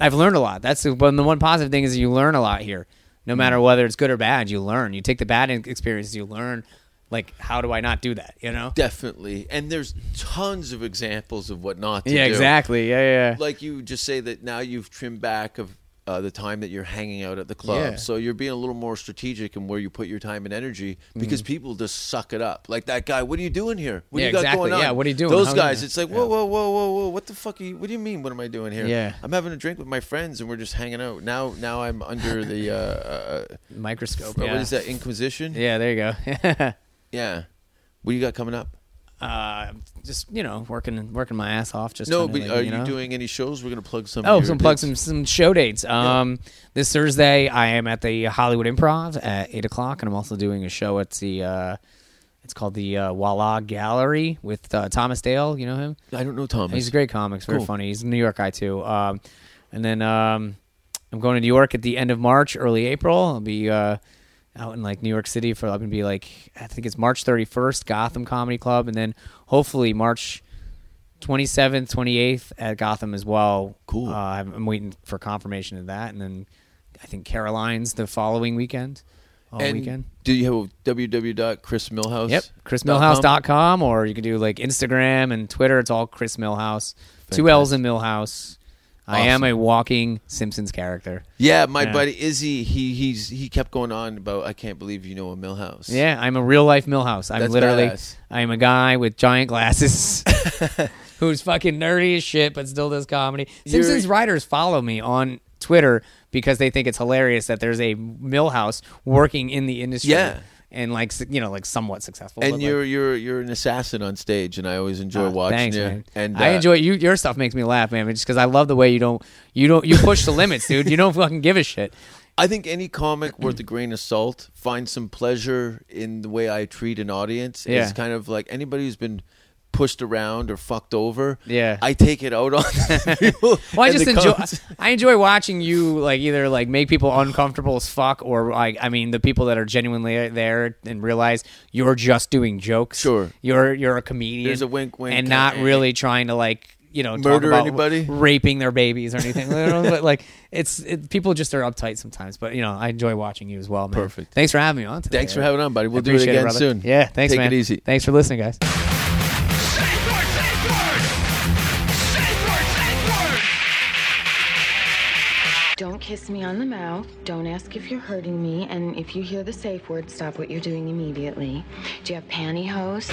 E: I've learned a lot. That's the one. The one positive thing is you learn a lot here. No matter
D: Mm.
E: whether it's good or bad, you learn. You take the bad in- experiences, you learn. Like, how do I not do that? You know?
D: definitely. And there's tons of examples of what not to
E: yeah,
D: do.
E: exactly. Yeah, yeah. yeah.
D: like you just say that now you've trimmed back of uh, the time that you're hanging out at the club,
E: Yeah.
D: so you're being a little more strategic in where you put your time and energy
E: Mm-hmm.
D: because people just suck it up. Like that guy, what are you doing here? What
E: Yeah,
D: you got
E: exactly.
D: going on?
E: Yeah, what are you doing?
D: Those
E: How-
D: guys,
E: yeah.
D: it's like whoa, whoa, whoa, whoa, whoa. What the fuck? Are you, what do you mean? What am I doing here?
E: Yeah.
D: I'm having a drink with my friends and we're just hanging out. Now, now I'm under the uh, uh,
E: Microscope.
D: what
E: Yeah.
D: is that Inquisition?
E: Yeah, there you go.
D: Yeah. What do you got coming up?
E: uh, just you know, working working my ass off. Just
D: No,
E: kinda
D: but
E: like,
D: are
E: you,
D: you,
E: know?
D: doing any shows? We're gonna plug some. of
E: Oh,
D: your
E: some plug
D: dates.
E: some some show dates. Um, this Thursday I am at the Hollywood Improv at eight o'clock, and I'm also doing a show at the uh, It's called the uh, Walla Gallery with uh, Thomas Dale. You know him?
D: I don't know Thomas.
E: He's a great comics, very
D: Cool.
E: funny. He's a New York guy too. Um, and then um, I'm going to New York at the end of March, early April. I'll be uh, out in like New York City for I'm gonna be like I think it's March 31st, Gotham Comedy Club, and then hopefully March 27th, 28th at Gotham as well.
D: Cool.
E: Uh, I'm, I'm waiting for confirmation of that, and then I think Caroline's the following weekend. All
D: and
E: weekend.
D: Do you have www.chrismillhouse?
E: Yep. ChrisMillhouse.com or you can do like Instagram and Twitter. It's all Chris Millhouse. Two L's in Millhouse. I am a walking Simpsons character.
D: Yeah, my
E: Yeah.
D: buddy Izzy, he he's he kept going on about I can't believe you know a Millhouse.
E: Yeah, I'm a real life Millhouse. I'm
D: That's
E: literally
D: badass.
E: I'm a guy with giant glasses who's fucking nerdy as shit but still does comedy. Simpsons writers follow me on Twitter because they think it's hilarious that there's a Millhouse working in the industry.
D: Yeah.
E: And like s- you know, like somewhat successful. but,
D: And
E: like,
D: you're you're you're an assassin on stage, and I always enjoy
E: Oh,
D: watching
E: thanks,
D: you.
E: Man.
D: And
E: I
D: uh,
E: enjoy you. Your stuff makes me laugh, man. Just because I love the way you don't, you don't, you push the limits, dude. You don't fucking give a shit.
D: I think any comic worth a grain of salt finds some pleasure in the way I treat an audience.
E: Yeah.
D: It's kind of like anybody who's been pushed around or fucked over.
E: Yeah.
D: I take it out on the people.
E: Well, I
D: and
E: just
D: the
E: enjoy.
D: comics.
E: I enjoy watching you like either like make people uncomfortable as fuck, or like I mean the people that are genuinely there and realize you're just doing jokes.
D: Sure.
E: you're you're a comedian.
D: There's a wink, wink,
E: and not
D: eh, eh.
E: really trying to like you know talk
D: Murder
E: about
D: anybody?
E: raping their babies or anything. You know, but, like it's it, people just are uptight sometimes. But you know I enjoy watching you as well, man.
D: Perfect.
E: Thanks for having me on. Today,
D: Thanks for
E: Eric.
D: having on, buddy. We'll do it
E: Appreciate
D: again
E: brother.
D: soon.
E: Yeah, thanks,
D: Take
E: man.
D: it easy.
E: Thanks for listening, guys.
I: Safe word, safe word! Safe word, safe word!
J: Don't kiss me on the mouth. Don't ask if you're hurting me. And if you hear the safe word, stop what you're doing immediately. Do you have pantyhose?